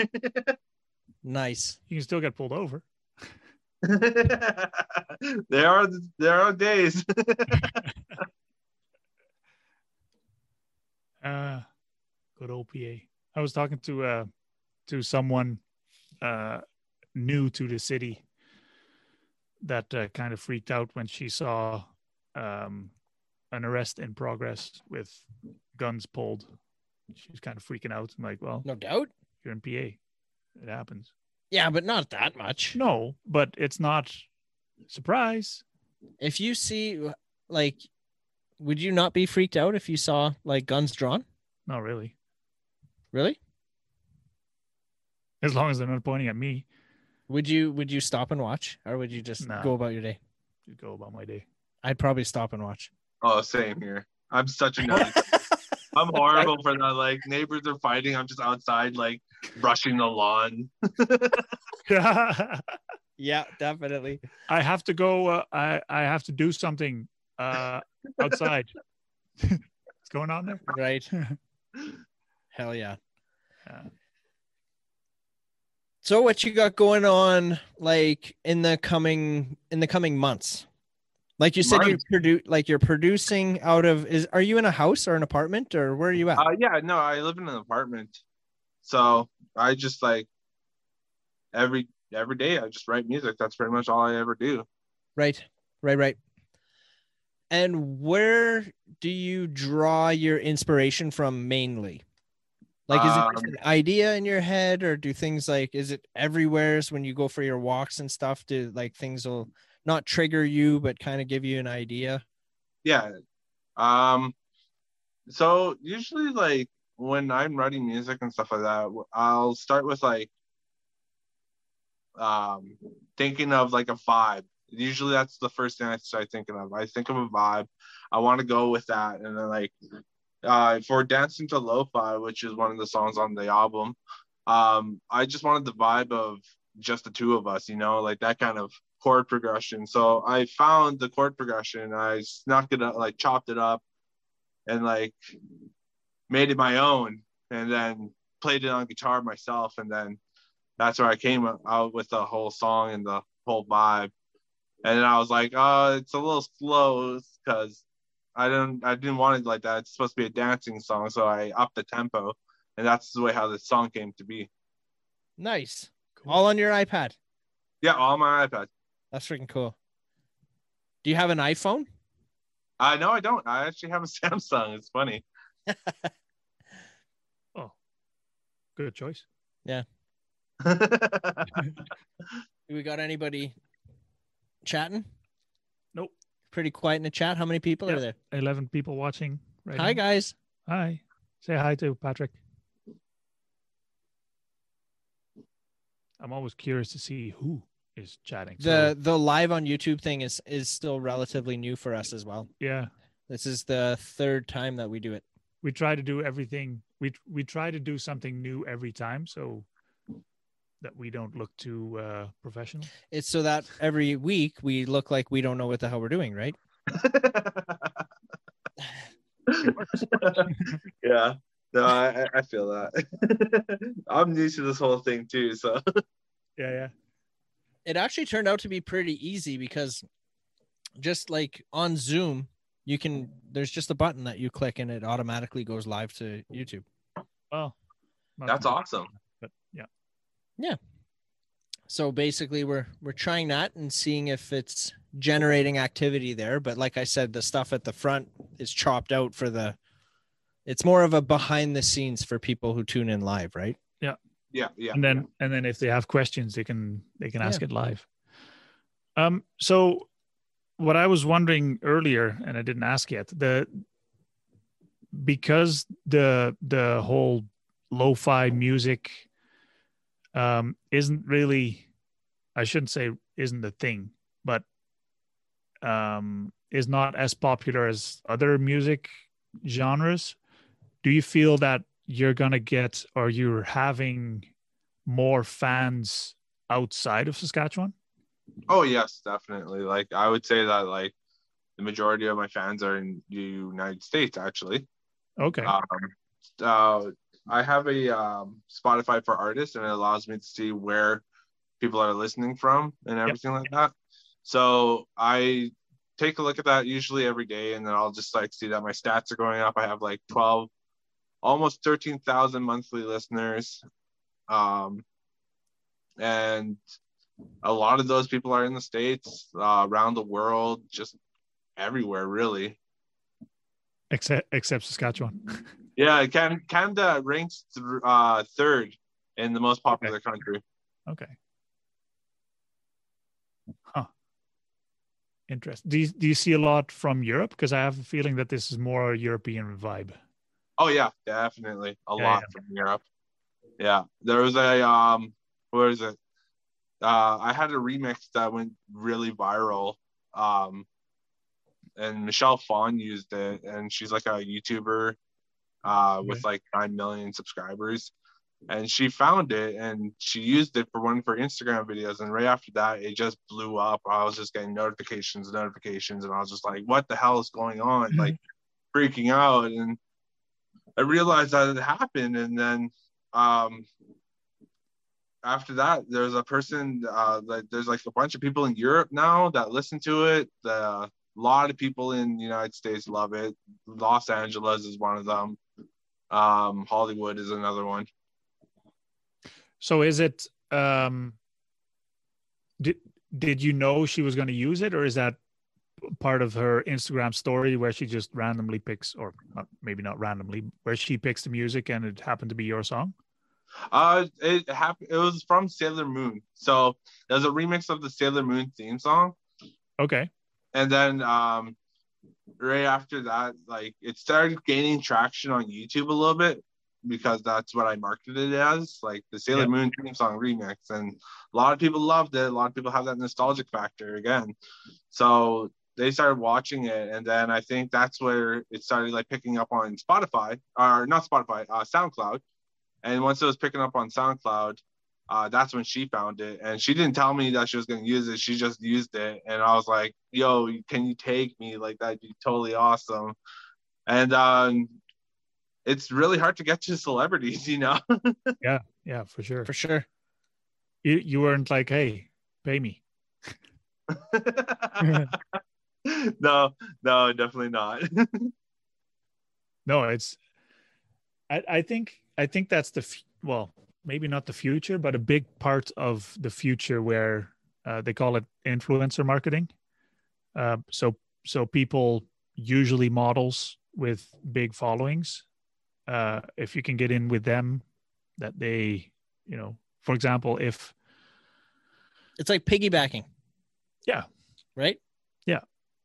S2: Nice.
S3: You can still get pulled over.
S1: there are there are days.
S3: Uh, good old PA. I was talking to uh to someone uh new to the city that uh, kind of freaked out when she saw um an arrest in progress with guns pulled. She was kind of freaking out. I'm like, well,
S2: No doubt.
S3: you're in PA. It happens.
S2: Yeah, but not that much.
S3: No, but it's not surprise.
S2: If you see, like, would you not be freaked out if you saw like guns drawn?
S3: Not really.
S2: Really?
S3: As long as they're not pointing at me,
S2: Would you would you stop and watch, or would you just
S3: No.
S2: go about your day?
S3: you go about my day.
S2: I'd probably stop and watch.
S1: Oh, same here. I'm such a nut. I'm horrible for that. Like neighbors are fighting. I'm just outside, like brushing the lawn.
S3: I
S2: yeah, definitely.
S3: have to go. Uh, I I have to do something uh, outside. What's going on there?
S2: Right. Hell yeah.
S3: Yeah.
S2: So what you got going on like in the coming in the coming months? Like you said
S1: Months?
S2: you produ- like you're producing out of is are you in a house or an apartment or where are you at?
S1: Uh, yeah, no, I live in an apartment, so I just like every every day I just write music. That's pretty much all I ever do.
S2: right. Right, right. And where do you draw your inspiration from mainly? Like is it just
S1: Um,
S2: an idea in your head or do things like is it everywhere so when you go for your walks and stuff do like things will not trigger you but kind of give you an idea?
S1: yeah um so usually like when i'm writing music and stuff like that i'll start with like um thinking of like a vibe usually that's the first thing i start thinking of i think of a vibe i want to go with that and then like uh for dancing to lo-fi which is one of the songs on the album um i just wanted the vibe of just the two of us you know like that kind of chord progression so i found the chord progression i snuck it up like chopped it up and like made it my own and then played it on guitar myself and then that's where i came out with the whole song and the whole vibe and then i was like oh it's a little slow because i don't i didn't want it like that it's supposed to be a dancing song so i upped the tempo and that's the way how the song came to be
S2: Nice.
S3: Cool.
S2: All on your iPad.
S1: yeah all my ipad
S2: That's freaking cool. Do you have an iPhone?
S1: i no i don't i actually have a samsung it's funny
S3: oh, Good choice.
S2: Do we got anybody chatting?
S3: Nope.
S2: Pretty quiet in the chat. How many people
S3: Yeah.
S2: are there?
S3: Eleven people watching. Right
S2: Hi
S3: now.
S2: guys.
S3: Hi. Say hi to Patrick. I'm always curious to see who is chatting. so-
S2: The the live on YouTube thing is is still relatively new for us as well.
S3: yeah.
S2: This is the third time that we do it.
S3: we try to do everything we we try to do something new every time so that we don't look too uh professional
S2: It's so that every week we look like we don't know what the hell we're doing, right?
S1: yeah. No, I, I- I feel that. I'm new to this whole thing too, so
S3: yeah yeah
S2: it actually turned out to be pretty easy because just like on Zoom, you can there's just a button that you click and it automatically goes live to YouTube.
S3: well not
S1: that's
S3: too bad,
S1: awesome.
S3: but yeah
S2: so basically we're we're trying that and seeing if it's generating activity there. But like I said, the stuff at the front is chopped out for the. It's more of a behind the scenes for people who tune in live, right?
S1: Yeah, yeah.
S3: and then and then if they have questions they can they can ask it live um so what i was wondering earlier and i didn't ask yet the because the the whole lo-fi music um isn't really i shouldn't say isn't the thing but um is not as popular as other music genres do you feel that you're gonna get or you're having more fans outside of Saskatchewan?
S1: Oh yes, definitely. Like I would say that like the majority of my fans are in the United States actually.
S3: Okay.
S1: Um, uh, I have a um, Spotify for artists, and it allows me to see where people are listening from and everything like that. So I take a look at that usually every day, and then I'll just like see that my stats are going up. I have like twelve, almost thirteen thousand monthly listeners, um, and a lot of those people are in the states, uh, around the world, just everywhere really.
S3: except except Saskatchewan.
S1: Yeah, Can- Canada ranks th- uh, third in the most popular country.
S3: Okay. Huh. Interesting. Do you, do you see a lot from Europe? Because I have a feeling that this is more a European vibe.
S1: Oh yeah, definitely a
S3: Yeah,
S1: lot from Europe. Yeah, there was a um, where is it? Uh, I had a remix that went really viral. Um, and Michelle Fawn used it, and she's like a YouTuber, uh,
S3: Mm-hmm.
S1: with like nine million subscribers, and she found it and she used it for one of her Instagram videos, and right after that, it just blew up. I was just getting notifications, notifications, and I was just like, "What the hell is going on?"
S3: Mhm.
S1: Like freaking out, and I realized that it happened, and then um, after that, there's a person, uh, like there's like a bunch of people in Europe now that listen to it. The lot of people in the United States love it. Los Angeles is one of them. Um, Hollywood is another one.
S3: So is it um did did you know she was going to use it or is that part of her Instagram story where she just randomly picks or not, maybe not randomly where she picks the music and it happened to be your song?
S1: Uh, it happened. It was from Sailor Moon. So there's a remix of the Sailor Moon theme song.
S3: Okay.
S1: and then um right after that like it started gaining traction on youtube a little bit because that's what i marketed it as like the sailor
S3: Yeah.
S1: moon theme song remix and a lot of people loved it a lot of people have that nostalgic factor again so they started watching it and then i think that's where it started like picking up on spotify or not spotify uh, soundcloud and once it was picking up on soundcloud uh, that's when she found it and she didn't tell me that she was going to use it she just used it and i was like yo can you take me like that'd be totally awesome and um, it's really hard to get to celebrities you know
S3: Yeah, for sure.
S2: For sure.
S3: You you weren't like, "Hey, pay me."
S1: no no definitely not
S3: no it's i i think i think that's the f- well maybe not the future but a big part of the future where uh, they call it influencer marketing uh, so so people usually models with big followings uh, if you can get in with them that they you know for example if
S2: It's like piggybacking.
S3: Yeah.
S2: Right?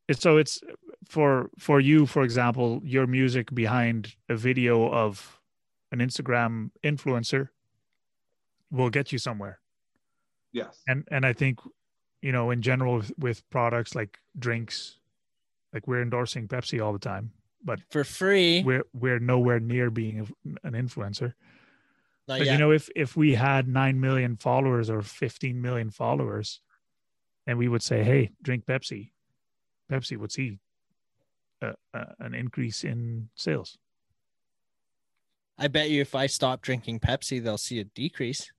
S3: it's- so it's for for you for example your music behind a video of an instagram influencer will get you somewhere
S1: yes
S3: and and i think you know in general with, with products like drinks like we're endorsing pepsi all the time but
S2: For free.
S3: we're we're nowhere near being a- an influencer
S2: Not
S3: but
S2: yet.
S3: you know if if we had 9 million followers or 15 million followers and we would say hey drink pepsi pepsi would see a, a, an increase in sales
S2: I bet you if I stop drinking Pepsi, they'll see a decrease.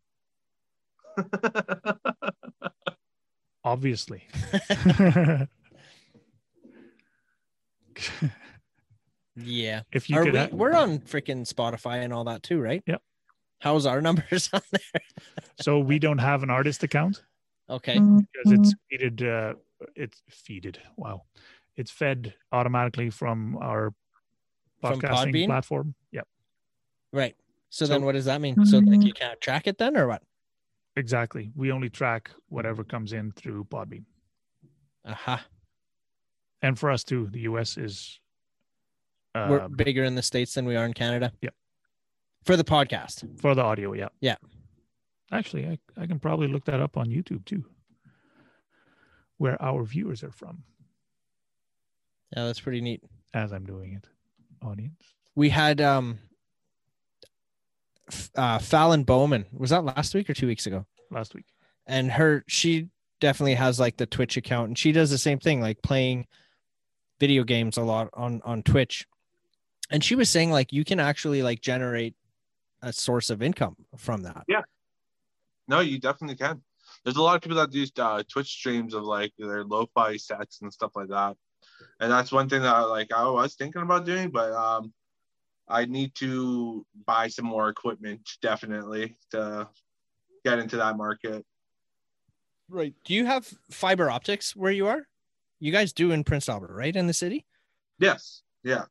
S3: obviously
S2: Yeah.
S3: if you
S2: Are
S3: could
S2: we,
S3: ha-
S2: we're on freaking Spotify and all that too, right?
S3: Yep.
S2: How's our numbers on there?
S3: so we don't have an artist account
S2: Okay.
S3: because it's treated uh, it's feeded. Wow, it's fed automatically from our
S2: From
S3: podcasting
S2: Podbean?
S3: platform. Yep,
S2: Right. So,
S3: So-
S2: then what does that mean? So like you can't track it then or what?
S3: exactly. We only track whatever comes in through Podbean,
S2: Aha.
S3: and for us too, the U.S. is
S2: We're
S3: uh,
S2: bigger in the States than we are in Canada.
S3: Yep.
S2: For the podcast.
S3: for the audio. Yeah,
S2: Yeah.
S3: Actually, I, I can probably look that up on YouTube too, where our viewers are from.
S2: Yeah, that's pretty neat.
S3: As I'm doing it, audience.
S2: We had um F- uh Fallon Bowman. Was that last week or two weeks ago?
S3: Last week,
S2: and her she definitely has like the twitch account and she does the same thing like playing video games a lot on on twitch and she was saying like you can actually like generate a source of income from that
S1: No, you definitely can. There's a lot of people that do uh, Twitch streams of like their lo-fi sets and stuff like that, and that's one thing that like I was thinking about doing, but um, I need to buy some more equipment definitely to get into that market.
S2: right do you have fiber optics where you are you guys do in prince albert right in the city
S1: Yes, yeah,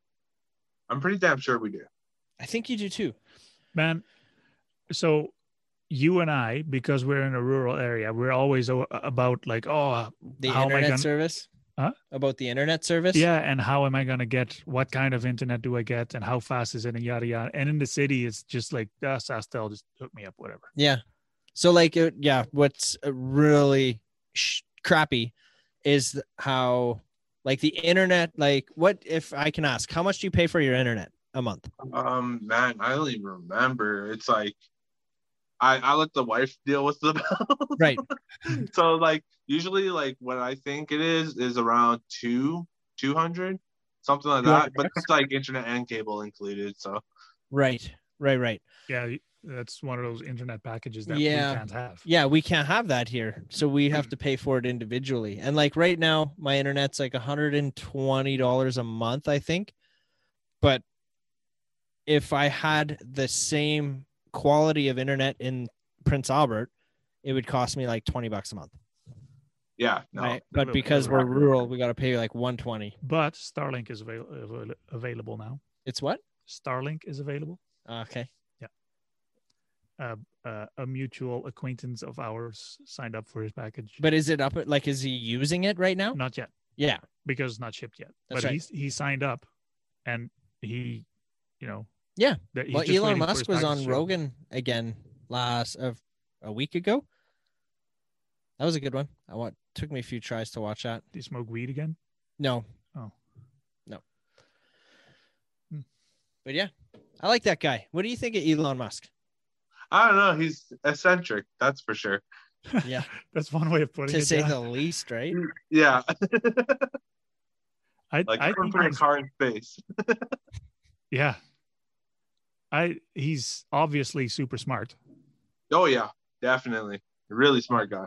S1: I'm pretty damn sure we do.
S2: i think you do too
S3: man. So you and I, because we're in a rural area, we're always o- about like, oh,
S2: the
S3: How am I
S2: internet
S3: gonna-
S2: service
S3: Huh?
S2: about the internet service
S3: yeah, and how am I gonna get? What kind of internet do I get? And how fast is it? And yada yada. And in the city, it's just like, ah, Sastel, just hook me up, whatever.
S2: Yeah. So like uh, yeah, what's uh, really sh- crappy is th- how like the internet like what if I can ask how much do you pay for your internet a month?
S1: Um, man, I don't even remember. It's like I I let the wife deal with the bill.
S2: Right.
S1: so like usually like what I think it is is around two two hundred something like that.
S2: 200
S1: But it's like internet and cable included. So
S2: Right. Right, right.
S3: Yeah, that's one of those internet packages that
S2: Yeah.
S3: we can't have.
S2: Yeah, we can't have that here. So we have to pay for it individually. And like right now my internet's like $120 a month, I think. But if I had the same quality of internet in Prince Albert, it would cost me like 20 bucks a month.
S1: yeah, no.
S2: right? But
S3: no,
S2: because
S3: no.
S2: we're rural, we got to pay like 120.
S3: But Starlink is avail- avail- available now.
S2: It's what?
S3: Starlink is available.
S2: Okay.
S3: Uh, a mutual acquaintance of ours signed up for his package.
S2: But is it up? Like, is he using it right now?
S3: not yet.
S2: Yeah.
S3: because it's not shipped yet.
S2: That's
S3: but
S2: right.
S3: he's he signed up, and he, you know,
S2: Yeah.
S3: that he's
S2: Well,
S3: just
S2: Elon
S3: waiting for
S2: Musk
S3: his
S2: was
S3: package to
S2: on
S3: show up.
S2: Rogan again last of a week ago. That was a good one. I want took me a few tries to watch that.
S3: Did he smoke weed again?
S2: No.
S3: Oh.
S2: No.
S3: Hmm.
S2: But yeah, I like that guy. What do you think of Elon Musk?
S1: I don't know. He's eccentric. That's for sure.
S2: Yeah,
S3: That's one way of putting
S2: to
S3: it.
S2: say
S3: yeah.
S2: the least, right?
S1: Yeah,
S3: I,
S1: like I
S3: I think
S1: put a
S3: he's-
S1: car in space.
S3: yeah, I he's obviously super smart,
S1: Oh yeah, definitely. Really smart guy.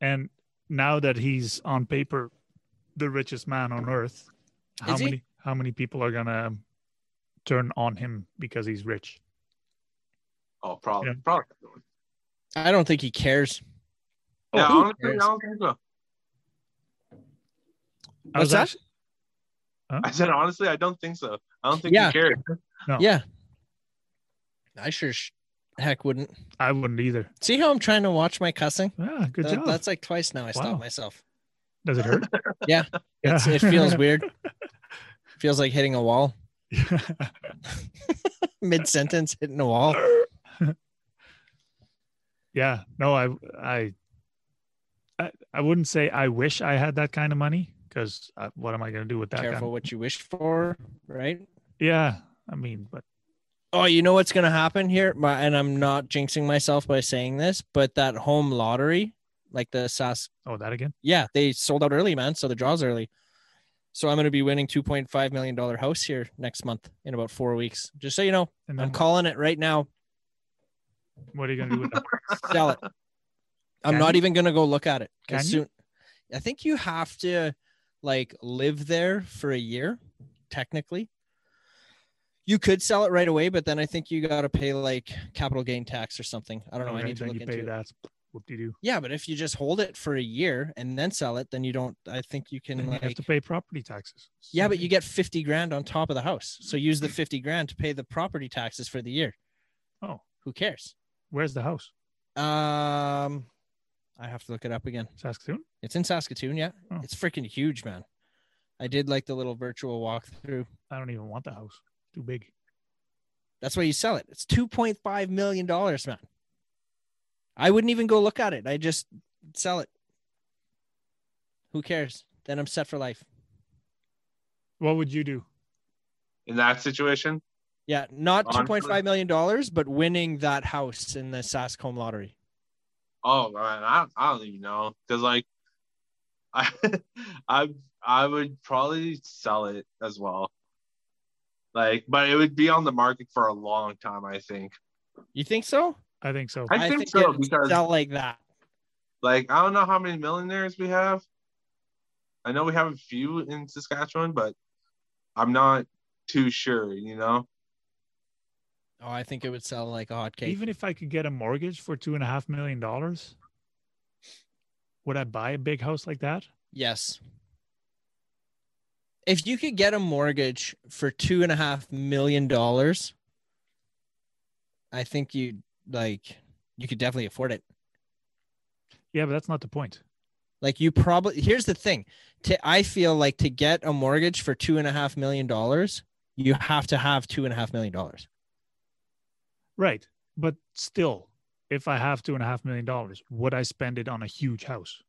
S3: and now that he's on paper the richest man on earth, how
S2: Is he?
S3: many how many people are gonna turn on him because he's rich?
S1: Oh, probably
S3: Yeah.
S1: probably.
S2: I don't think he cares.
S3: Oh,
S1: yeah,
S3: who
S1: honestly, I
S2: cares?
S1: don't think so.
S3: I was
S2: What's that?
S3: actually-
S1: I said honestly, I don't think so. I don't think
S2: Yeah.
S1: he cares.
S3: No.
S2: Yeah. I sure sh- heck wouldn't.
S3: I wouldn't either.
S2: See how I'm trying to watch my cussing?
S3: Yeah, good
S2: That-
S3: job.
S2: That's like twice now. I
S3: Wow.
S2: stopped myself.
S3: Does it hurt?
S2: Yeah, It's, it feels weird. feels like hitting a wall. Mid sentence, hitting a
S3: Oh,
S2: wall.
S3: yeah no I, I i i wouldn't say i wish i had that kind of money because what am i going to do with that kind
S2: Careful what you wish for, right?
S3: of- yeah i mean but
S2: Oh, you know what's going to happen here? My, and I'm not jinxing myself by saying this, but that home lottery, like the SAS,
S3: oh that again
S2: yeah, they sold out early, man. So the draw's early. So I'm going to be winning $2.5 million house here next month in about four weeks. Just so you know,
S3: and
S2: I'm
S3: then
S2: calling it right now.
S3: what are you going to do with that
S2: sell it. I'm
S3: Can
S2: not
S3: you?
S2: even gonna go look at it.
S3: Can
S2: As
S3: you?
S2: soon- I think you have to like live there for a year, technically. You could sell it right away, but then I think you gotta pay like capital gain tax or something. I don't know. I
S3: Okay,
S2: need to
S3: then
S2: look
S3: you
S2: into
S3: pay
S2: it.
S3: that whoop de doo.
S2: Yeah, but if you just hold it for a year and then sell it, then you don't. I think you can
S3: And you have
S2: like.
S3: to pay property taxes.
S2: Yeah, but you get fifty grand on top of the house, so use the fifty grand to pay the property taxes for the year.
S3: Oh,
S2: Who cares?
S3: where's the house?
S2: Um, I have to look it up again.
S3: Saskatoon.
S2: It's in Saskatoon. Yeah,
S1: Hmm.
S3: Oh.
S2: it's freaking huge, man. I did like the little virtual walkthrough.
S3: I don't even want the house. Too big.
S2: That's why you sell it. It's two point five million dollars, man. I wouldn't even go look at it. I just sell it. Who cares? Then I'm set for life.
S3: What would you do?
S1: in that situation.
S2: Yeah, not two
S1: Honestly.
S2: point five million dollars, but winning that house in the Saskome lottery.
S1: Oh man, I, I don't even know because like I I I would probably sell it as well. Like, but it would be on the market for a long time. I think.
S2: You think so?
S3: I think so.
S1: I think so,
S2: it'd
S1: because-
S2: sell like that.
S1: Like, I don't know how many millionaires we have. I know we have a few in Saskatchewan, but I'm not too sure. You know,
S2: Oh, I think it would sell like a hotcake.
S3: Even if I could get a mortgage for two and a half million dollars, would I buy a big house like that?
S2: yes. If you could get a mortgage for two and a half million dollars, I think you like you could definitely afford it.
S3: Yeah, but that's not the point.
S2: Like you probably here's the thing. To I feel like to get a mortgage for two and a half million dollars, you have to have two and a half million dollars.
S3: Right. But still, if I have two and a half million dollars, would I spend it on a huge house?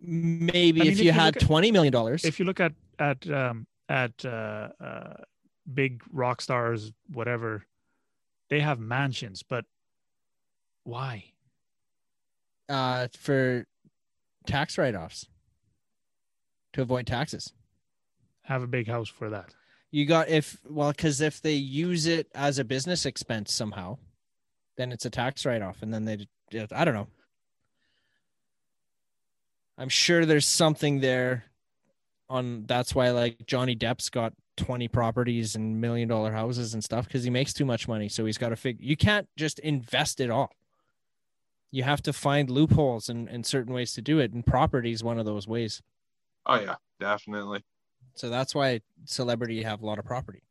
S2: Maybe
S3: I
S2: if
S3: mean, if
S2: you,
S3: you
S2: had
S3: look at-
S2: twenty million dollars.
S3: If you look at at um, at uh, uh, big rock stars, whatever, they have mansions, but why?
S2: uh, for tax write-offs to avoid taxes.
S3: Have a big house for that?
S2: You got if well, because if they use it as a business expense somehow, then it's a tax write-off, and then they I don't know. I'm sure there's something there. On that's why like Johnny Depp's got 20 properties and million dollar houses and stuff because he makes too much money. So he's got to figure. You can't just invest it all. You have to find loopholes and, and certain ways to do it, and property is one of those ways.
S1: oh yeah, definitely.
S2: So that's why celebrity have a lot of property.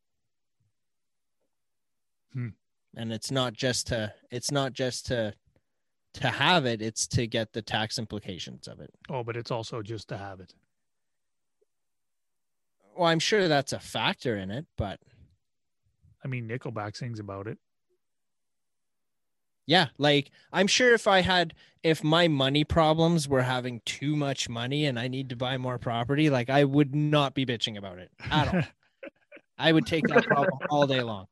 S3: Hmm.
S2: And it's not just to it's not just to to have it, it's to get the tax implications of it.
S3: Oh, but it's also just to have it.
S2: Well, I'm sure that's a factor in it, but
S3: I mean, Nickelback sings about it.
S2: yeah, like I'm sure if I had if my money problems were having too much money and I need to buy more property, like I would not be bitching about it at all. I would take that problem all day long.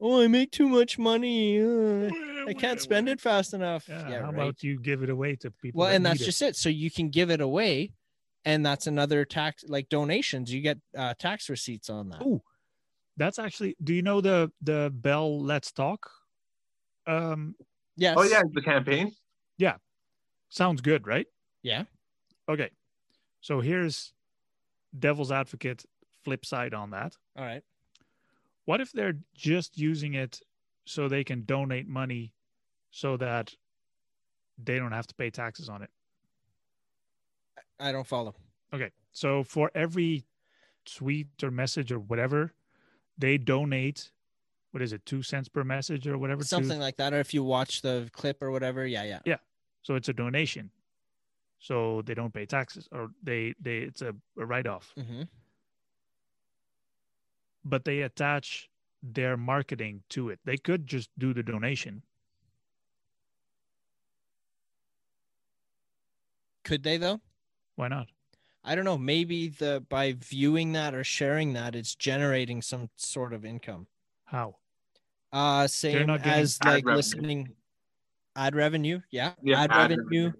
S2: Oh, I make too much money. uh. I can't spend it fast enough.
S3: Yeah,
S2: Yeah,
S3: how
S2: right.
S3: about you give it away to people?
S2: well,
S3: that
S2: and
S3: need
S2: that's
S3: it?
S2: just it. So you can give it away, and that's another tax like donations. You get uh, tax receipts on that.
S3: Ooh. that's actually. Do you know the the Bell Let's Talk? Um,
S2: Yes.
S1: Oh yeah, the campaign.
S3: sounds good, right?
S2: Yeah.
S3: Okay, so here's devil's advocate flip side on that.
S2: All right.
S3: What if they're just using it so they can donate money, so that they don't have to pay taxes on it?
S2: I don't follow.
S3: Okay. So for every tweet or message or whatever, they donate what is it, two cents per message or whatever? to-
S2: Something like that, or if you watch the clip or whatever. Yeah, yeah.
S3: so it's a donation. So they don't pay taxes or they they it's a, a write off.
S2: hmm
S3: But they attach their marketing to it. They could just do the donation.
S2: Could they though?
S3: Why not?
S2: I don't know. Maybe the by viewing that or sharing that, it's generating some sort of income.
S3: How?
S2: Uh, same
S3: not getting
S2: as
S1: ad
S2: like
S1: revenue.
S2: listening, ad revenue. Yeah,
S1: Yeah,
S2: ad,
S1: ad
S2: revenue,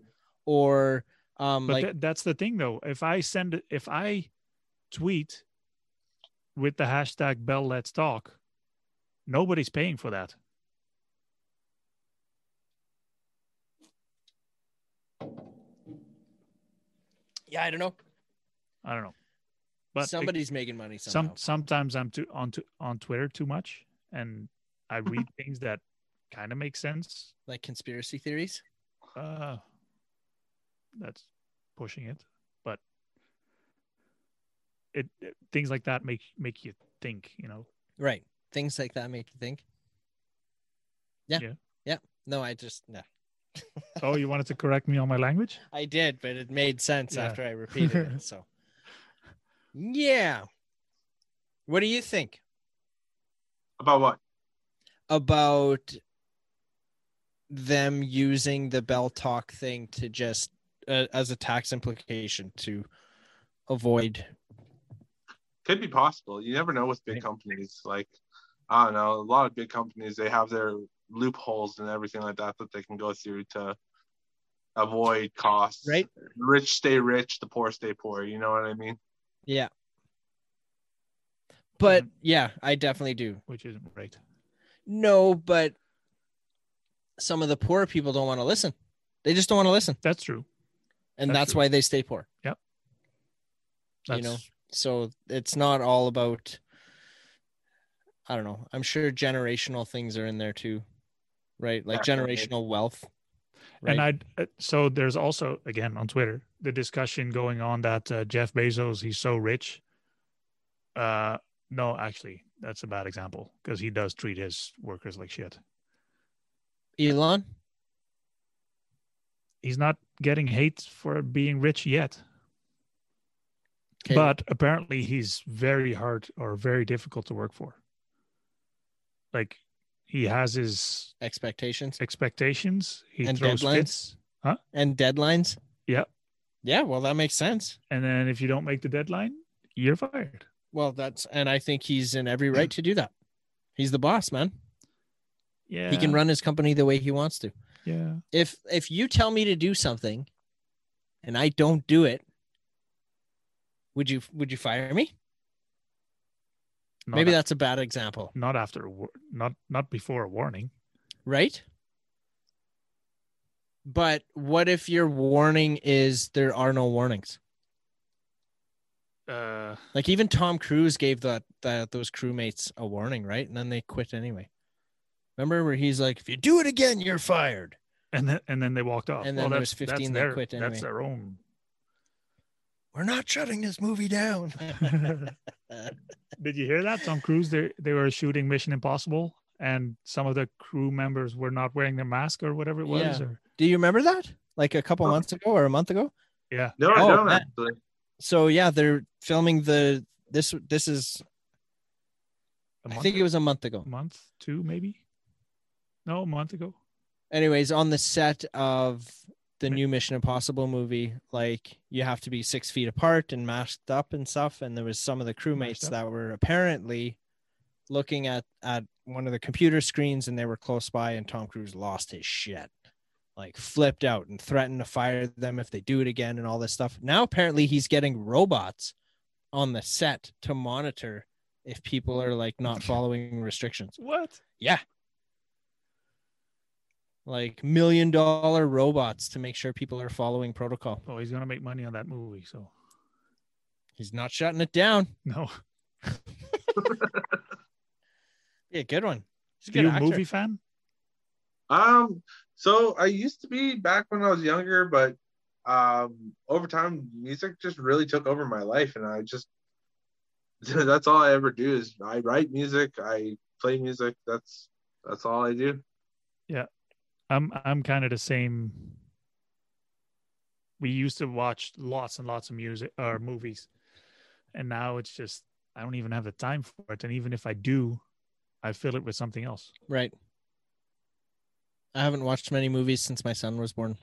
S2: or um,
S3: But
S2: like
S3: that, that's the thing though. If I send it- if I tweet with the hashtag Bell Let's Talk, nobody's paying for that.
S2: yeah, I don't know.
S3: I don't know. But it-
S2: somebody's making money somehow.
S3: some sometimes I'm too on to, on Twitter too much, and I read things that kind of makes sense.
S2: like conspiracy theories.
S3: Uh, that's pushing it, but it, it- things like that make make you think. You know,
S2: Right. Things like that make you think. Yeah.
S3: Yeah.
S2: yeah. No, I just no.
S3: oh, you wanted to correct me on my language?
S2: I did, but it made sense
S3: Yeah.
S2: after I repeated it. So, yeah. What do you think
S1: About what?
S2: about them using the bell talk thing to just uh, as a tax implication to avoid?
S1: Could be possible. You never know with big
S2: Right.
S1: companies. Like, I don't know. A lot of big companies they have their loopholes and everything like that that they can go through to avoid costs.
S2: Right.
S1: Rich stay rich. The poor stay poor. You know what I mean?
S2: Yeah. But
S3: Mm-hmm.
S2: yeah, I definitely do.
S3: Which isn't right.
S2: No, but some of the poor people don't want to listen. They just don't want to listen,
S3: That's true.
S2: and
S3: That's
S2: that's,
S3: true.
S2: why they stay poor.
S3: That's,
S2: You know, So it's not all about. I don't know. I'm sure generational things are in there too, right? Like
S1: Definitely.
S2: generational wealth.
S3: And I would so there's also again on Twitter the discussion going on that uh, Jeff Bezos he's so rich. Uh, no, actually, that's a bad example because he does treat his workers like shit.
S2: Elon.
S3: He's not getting hate for being rich yet,
S2: Okay.
S3: but apparently he's very hard or very difficult to work for. Like he has his
S2: expectations
S3: expectations, he
S2: And
S3: throws
S2: deadlines?
S3: fits,
S2: and deadlines.
S3: Yeah.
S2: Yeah. Well, that makes sense.
S3: and then if you don't make the deadline, you're fired.
S2: Well, that's and I think he's in every right to do that. He's the boss, man.
S3: Yeah,
S2: He can run his company the way he wants to.
S3: Yeah.
S2: if if you tell me to do something and I don't do it, would you would you fire me?
S3: Not
S2: Maybe
S3: a-
S2: that's a bad example,
S3: not after a war- not not before a warning
S2: right? But what if your warning is there are no warnings?
S3: uh
S2: Like even Tom Cruise gave that that those crewmates a warning, right? And then they quit anyway. Remember where he's like, if you do it again, you're fired.
S3: and then and then they walked off
S2: And
S3: well,
S2: then there was
S3: that's,
S2: 15 that
S3: that's their,
S2: quit anyway.
S3: that's their own
S2: We're not shutting this movie down.
S3: did you hear that tom cruise they, they were shooting mission impossible and some of the crew members were not wearing their mask or whatever it was
S2: Yeah.
S3: or
S2: do you remember that? Like a couple months ago or a month ago?
S3: yeah
S1: No, I
S2: Oh,
S1: don't
S2: that-
S1: actually.
S2: so yeah they're filming the this this is
S3: a
S2: i
S3: month, Mm.
S2: think it was a month ago
S3: a month two maybe no a month ago
S2: anyways on the set of the
S3: Mi-
S2: new mission impossible movie like you have to be six feet apart and masked up and stuff and there was some of the crewmates
S3: up.
S2: that were apparently looking at at one of the computer screens and they were close by and tom cruise lost his shit like flipped out and threatened to fire them if they do it again and all this stuff now apparently he's getting robots on the set to monitor if people are like not following restrictions
S3: what
S2: yeah. Like million dollar robots to make sure people are following protocol.
S3: oh he's gonna make money on that movie so
S2: He's not shutting it down.
S3: no
S2: Yeah, good one. He's a
S3: you
S2: good
S3: a
S2: actor.
S3: movie fan
S1: Um, so I used to be back when I was younger, but um, over time, music just really took over my life, and I just that's all I ever do is I write music, I play music. That's that's all I do.
S3: I'm I'm kind of the same. We used to watch lots and lots of music or movies, and now it's just I don't even have the time for it. And even if I do, I fill it with something else.
S2: Right. I haven't watched many movies since my son was born.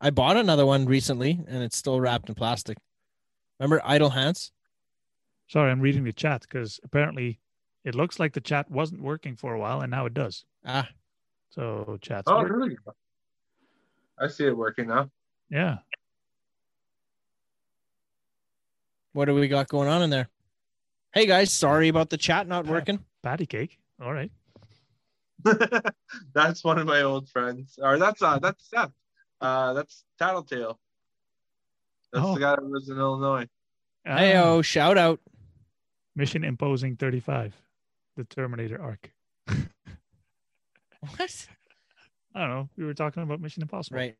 S2: I bought another one recently and it's still wrapped in plastic. Remember Idle Hands?
S3: Sorry, I'm reading the chat because apparently it looks like the chat wasn't working for a while, and now it does.
S2: Ah,
S3: So chat's
S1: oh,
S3: work-
S1: there we go. I see it working now.
S3: yeah.
S2: what do we got going on in there? Hey guys, sorry about the chat not
S3: Yeah.
S2: working.
S3: Patty cake. All right.
S1: that's one of my old friends, or that's uh, that's Seth. Uh, that's Tattletale. That's
S3: Oh.
S1: the guy that lives in Illinois.
S3: Ah,
S2: Hey oh, shout out.
S3: Mission Imposing 35, the Terminator arc.
S2: What?
S3: I don't know. We were talking about Mission Impossible.
S2: Right.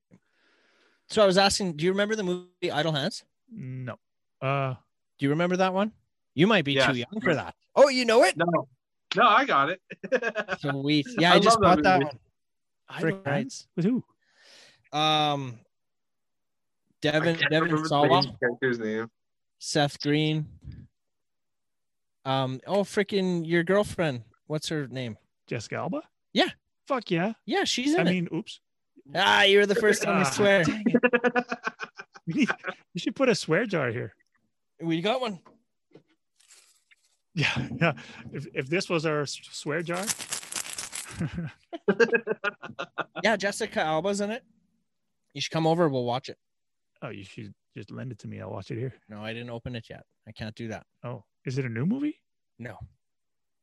S2: So I was asking, do you remember the movie Idle Hands?
S3: No. Uh
S2: Do you remember that one? You might be
S1: Yes.
S2: too young for that. Oh, you know it?
S1: No, no, I got it.
S2: Sweet. Yeah, I,
S1: I
S2: just
S1: love
S2: bought
S1: that
S2: that
S1: movie.
S2: one. Frick,
S3: Idle
S2: right?
S3: Hands? With who?
S2: Um,
S1: I
S2: Devin
S1: can't
S2: Devin
S1: remember the
S2: Sawa,
S1: main character's name.
S2: Seth Green. Um, oh freaking your girlfriend. What's her name?
S3: Jessica Alba?
S2: Yeah.
S3: Fuck yeah.
S2: Yeah, she's in
S3: I
S2: it.
S3: mean, oops.
S2: ah, you're the first one
S3: Ah,
S2: to swear.
S3: dang it. we, need, we should put a swear jar here.
S2: We got one.
S3: Yeah. Yeah. If, if this was our s- swear jar,
S2: Yeah, Jessica Alba's in it. You should come over, we'll watch it.
S3: oh, you should just lend it to me. I'll watch it here.
S2: No, I didn't open it yet. I can't do that.
S3: Oh, is it a new movie?
S2: No.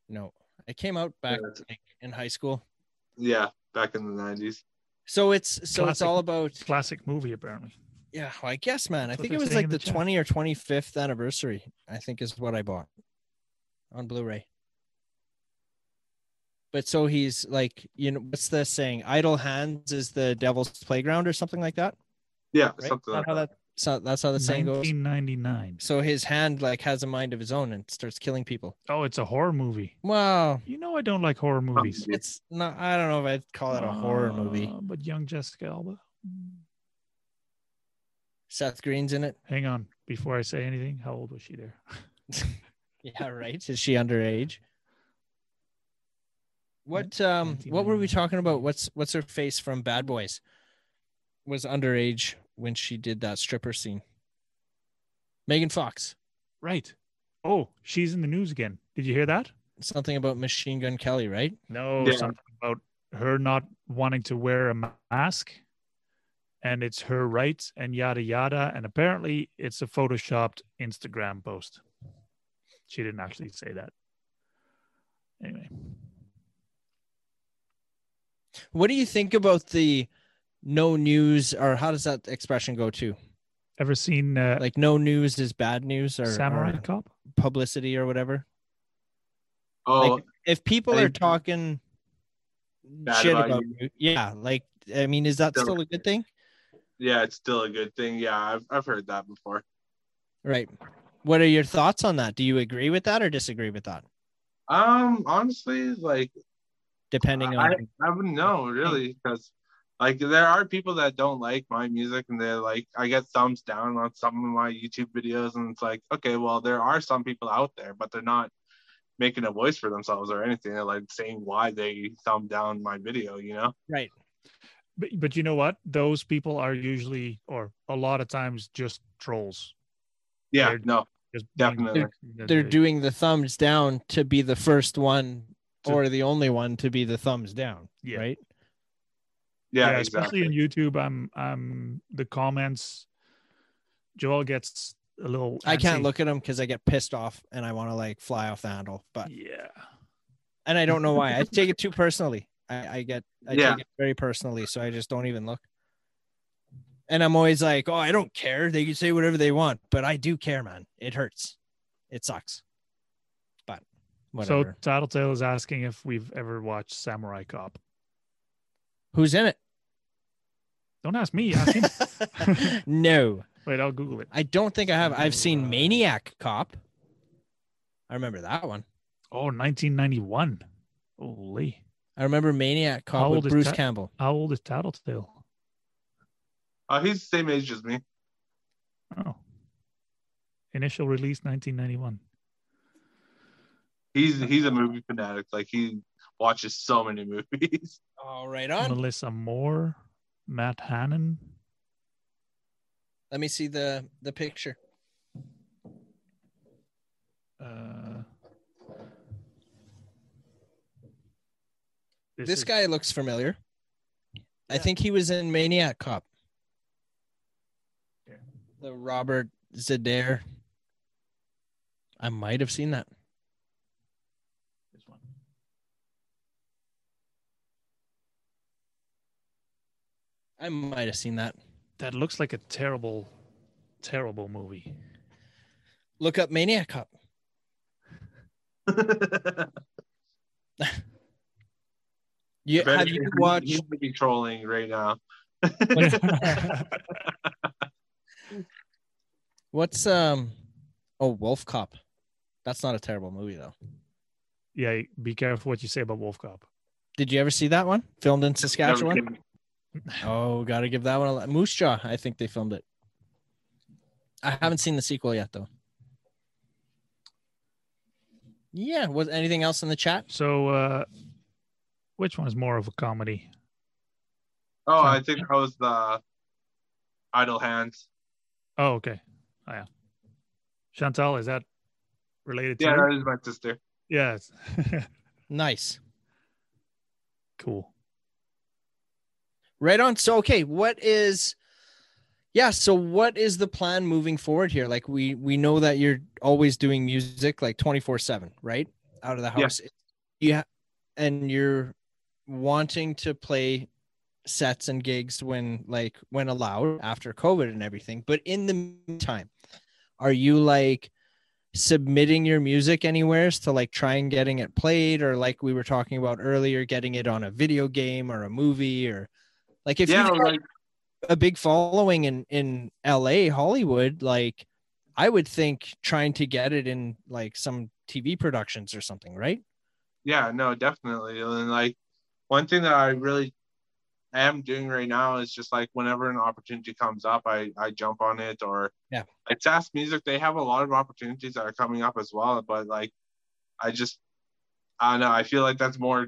S2: No. It came out back
S1: Yeah, it's-
S2: like, in high school.
S1: Yeah, back in the nineties.
S2: So it's so it's
S3: Classic.
S2: all about
S3: Classic movie, apparently.
S2: yeah, well, I guess man. I
S3: That's
S2: think
S3: what
S2: it
S3: they're
S2: was
S3: saying
S2: like
S3: in
S2: the,
S3: the chat.
S2: 20 or 25th anniversary, I think is what I bought on Blu-ray. But so he's like, you know, what's the saying? Idle hands is the devil's playground or something like that.
S1: Yeah,
S2: Right?
S1: something
S2: Not
S1: like
S2: how
S1: that.
S2: that, so that's how the saying goes.
S3: 1999.
S2: So his hand like has a mind of his own and starts killing people.
S3: Oh, it's a horror movie.
S2: Wow.
S3: You know I don't like horror movies.
S2: It's not I don't know if I'd call it a horror movie.
S3: Uh, But young Jessica Alba.
S2: Seth Green's in it.
S3: Hang on. Before I say anything, how old was she there?
S2: Yeah, right. Is she underage? What um what were we
S3: 99.
S2: talking about? What's what's her face from Bad Boys? Was underage when she did that stripper scene. Megan Fox.
S3: Right. Oh, she's in the news again. Did you hear that?
S2: Something about Machine Gun Kelly, right?
S3: No,
S1: Yeah.
S3: something about her not wanting to wear a ma- mask and it's her rights and yada yada. And apparently it's a photoshopped Instagram post. She didn't actually say that. Anyway.
S2: What do you think about the no news or how does that expression go to?
S3: Ever seen uh,
S2: Like no news is bad news or,
S3: Samurai
S2: or
S3: Cop?
S2: publicity or whatever?
S1: Oh,
S2: Like, if people
S1: I-
S2: are talking
S1: Bad
S2: shit
S1: about
S2: about you. yeah, like I mean, is that
S1: Still-
S2: still a good thing?
S1: yeah, it's still a good thing. Yeah, I've I've heard that before.
S2: Right. What are your thoughts on that? Do you agree with that or disagree with that?
S1: Um, honestly, like
S2: Depending on
S1: I wouldn't know really because like there are people that don't like my music and they're like I get thumbs down on some of my YouTube videos and it's like okay well there are some people out there but they're not making a voice for themselves or anything they're like saying why they thumb down my video you know
S2: right.
S3: But, but you know what? Those people are usually, or a lot of times, just trolls.
S1: yeah
S3: They're-
S1: no
S3: Just
S1: Definitely.
S2: They're doing the thumbs down to be the first one
S3: To-
S2: or the only one to be the thumbs down.
S3: Yeah.
S2: Right.
S1: yeah,
S3: especially
S1: exactly
S3: in YouTube. I'm, I'm the comments. Joel gets a little.
S2: I can't
S3: antsy.
S2: look at them because I get pissed off and I want to like fly off the handle. But
S3: Yeah,
S2: and I don't know why. I take it too personally. I, I get I
S1: Yeah.
S2: take it very personally, so I just don't even look. And I'm always like, oh, I don't care. They can say whatever they want, but I do care, man. It hurts. It sucks. But whatever.
S3: so Tattletale is asking if we've ever watched Samurai Cop.
S2: Who's in it?
S3: Don't ask me. Ask him.
S2: no,
S3: Wait, I'll Google it.
S2: I don't think I have. I've seen Maniac Cop. I remember that one.
S3: Oh, 1991. Holy!
S2: I remember Maniac
S3: How
S2: Cop
S3: old
S2: with
S3: is
S2: Bruce
S3: that?
S2: Campbell.
S3: How old is Tattletale?
S1: uh, he's the same age as me
S3: Oh, initial release 1991.
S1: he's he's a movie fanatic like he watches so many movies
S2: All Oh, right, on.
S3: Melissa Moore, Matt Hannon.
S2: Let me see the the picture.
S3: Uh,
S2: This
S3: is-
S2: guy looks familiar. I
S3: Yeah.
S2: think he was in Maniac Cop.
S3: Yeah.
S2: The Robert Zedare. I might have seen that.
S3: This one.
S2: I might have seen that.
S3: That looks like a terrible, terrible movie.
S2: Look up Maniac Cop. You,
S1: Better-
S2: have you
S1: He
S2: watched?
S1: might be trolling right now.
S2: What's um? Oh, Wolf Cop. That's not a terrible movie though.
S3: yeah, be careful what you say about Wolf Cop. Did
S2: Did you ever see that one? Filmed in
S1: Never
S2: Saskatchewan.
S1: mind.
S2: Oh, gotta give that one a li- Moose Jaw. I think they filmed it. I haven't seen the sequel yet though. Yeah. Was anything else in the chat?
S3: So, uh, which one's more of a comedy?
S1: Oh, I think that was the idle hands.
S3: Oh, okay. Oh, yeah. Chantal, is that related to?
S1: Yeah,
S3: you?
S1: that is my sister.
S3: Yes.
S2: Nice.
S3: cool.
S2: Right on. So okay, what is yeah, so what is the plan moving forward here? Like we we know that you're always doing music like 24/7, right? Out of the
S1: Yeah.
S2: house. Yeah. And you're wanting to play sets and gigs when like when allowed after COVID and everything. But in the meantime, are you like submitting your music anywheres to like try and getting it played or like we were talking about earlier getting it on a video game or a movie or like if
S1: yeah,
S2: you
S1: like
S2: a big following in in LA Hollywood like I would think trying to get it in like some TV productions or something right
S1: yeah, no, definitely. And like one thing that I really am doing right now is just like whenever an opportunity comes up, I I jump on it or
S2: Yeah.
S1: Like SaaS Music, they have a lot of opportunities that are coming up as well, but like I just I don't know, I feel like that's more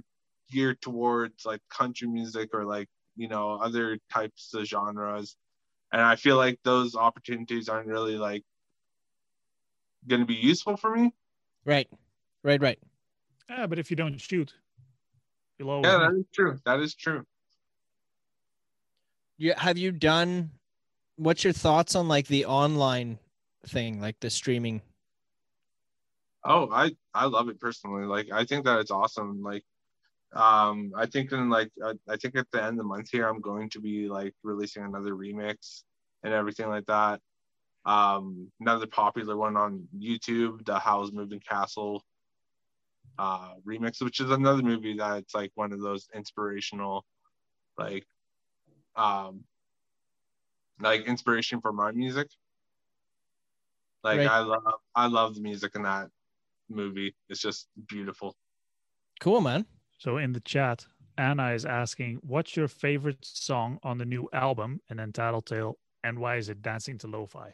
S1: geared towards like country music or like, you know, other types of genres. And I feel like those opportunities aren't really like gonna be useful for me.
S2: right right right
S3: Yeah, but if you don't shoot, you'll always.
S1: Yeah,
S3: know.
S1: that is true. That is true.
S2: you have you done what's your thoughts on like the online thing like the streaming
S1: Oh, I I love it personally. Like I think that it's awesome. Like um I think in like I, I think at the end of the month here I'm going to be like releasing another remix and everything like that. Um another popular one on YouTube, the How's Moving Castle uh remix, which is another movie that it's like one of those inspirational like um like inspiration for my music. Like
S2: Right.
S1: I love I love the music in that movie. It's just beautiful.
S2: cool man
S3: So in the chat, Anna is asking, "What's your favorite song on the new album?" And then Tattletale, and why is it dancing to lo-fi?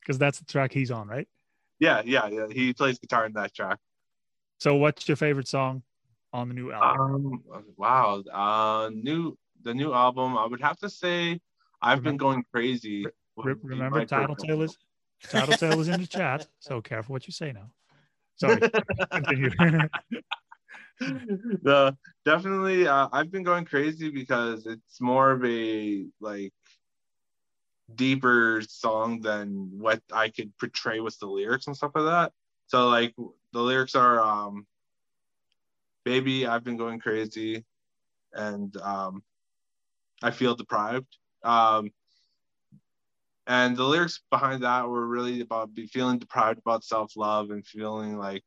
S3: Because that's the track he's on, right?
S1: yeah, yeah, yeah. He plays guitar in that track.
S3: So what's your favorite song on the new album?
S1: Um, wow. Uh, new the new album. I would have to say, I've been going crazy. would
S3: Re-
S1: be
S3: remember,
S1: my favorite
S3: Tattletale
S1: one.
S3: is Tattletale is in the chat. So careful what you say now. Sorry. continue.
S1: the definitely uh, i've been going crazy because it's more of a like deeper song than what i could portray with the lyrics and stuff like that so like the lyrics are um baby i've been going crazy and um i feel deprived um and the lyrics behind that were really about be feeling deprived about self-love and feeling like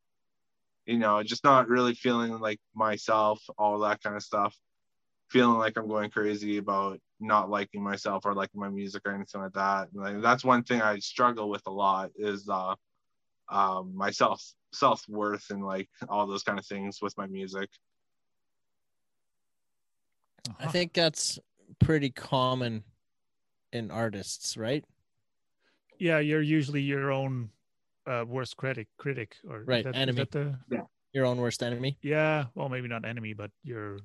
S1: you know, just not really feeling like myself, all that kind of stuff. Feeling like I'm going crazy about not liking myself or liking my music or anything like that. And, Like that's one thing I struggle with a lot is uh, um, my self self worth and like all those kind of things with my music.
S2: I think that's pretty common in artists right
S3: yeah, you're usually your own uh, worst critic, critic, or is
S2: Right,
S3: that- is
S2: enemy.
S3: that the-
S2: your own worst enemy
S3: yeah, well, maybe not enemy, but your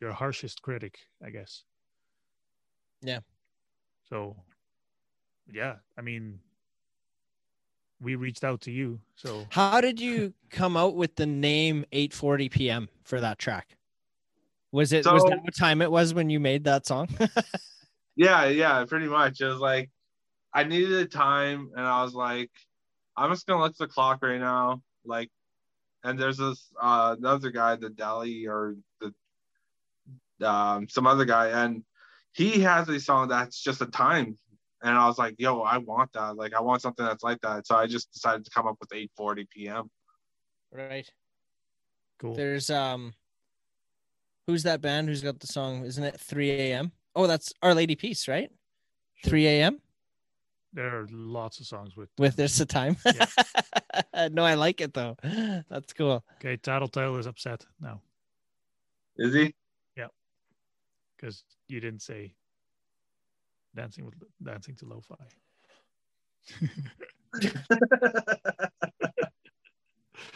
S3: your harshest critic, I guess.
S2: Yeah.
S3: So, yeah, I mean, we reached out to you, so
S2: How did you come out with the name 8:40 p.m. for that track? Was it was
S1: So-
S2: that what time it was when you made that song?
S1: Yeah, yeah, pretty much. It was like I needed a time, and I was like, I'm just gonna look at the clock right now. Like, and there's this uh, another guy, the Deli or the um, some other guy, and he has a song that's just a time. And I was like, yo, I want that. Like, I want something that's like that. So I just decided to come up with 8:40 p.m.
S2: right.
S3: Cool.
S2: There's um who's that band who's got the song? Isn't it 3 a.m.? Oh, that's Our Lady Peace, right? 3 a.m.
S3: There are lots of songs with.
S2: with this a time. no, I like it though. That's cool.
S3: Okay, Tattletale is upset now
S1: Is he?
S3: because you didn't say dancing with dancing to lo-fi.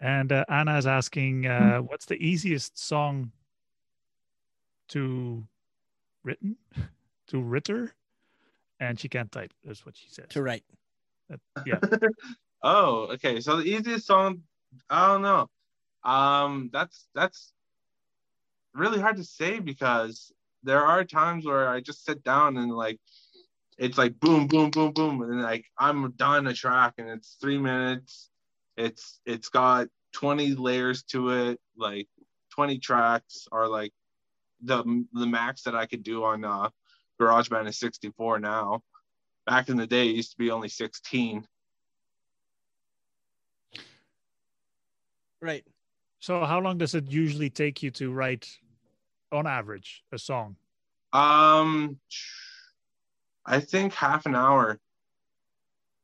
S3: And uh, Anna is asking, uh,
S2: Hmm.
S3: what's the easiest song to written to Ritter? And she can't type. That's what she said.
S2: To write.
S1: oh, okay. So the easiest song, I don't know. Um, that's that's really hard to say because there are times where I just sit down and like it's like boom, boom, boom, boom, and then like I'm done a track and it's three minutes. It's it's got 20 layers to it, like 20 tracks are like the the max that I could do on uh GarageBand is 64 now. Back in the day, it used to be only 16.
S2: Right.
S3: So, how long does it usually take you to write, on average, a song?
S1: Um, I think half an hour,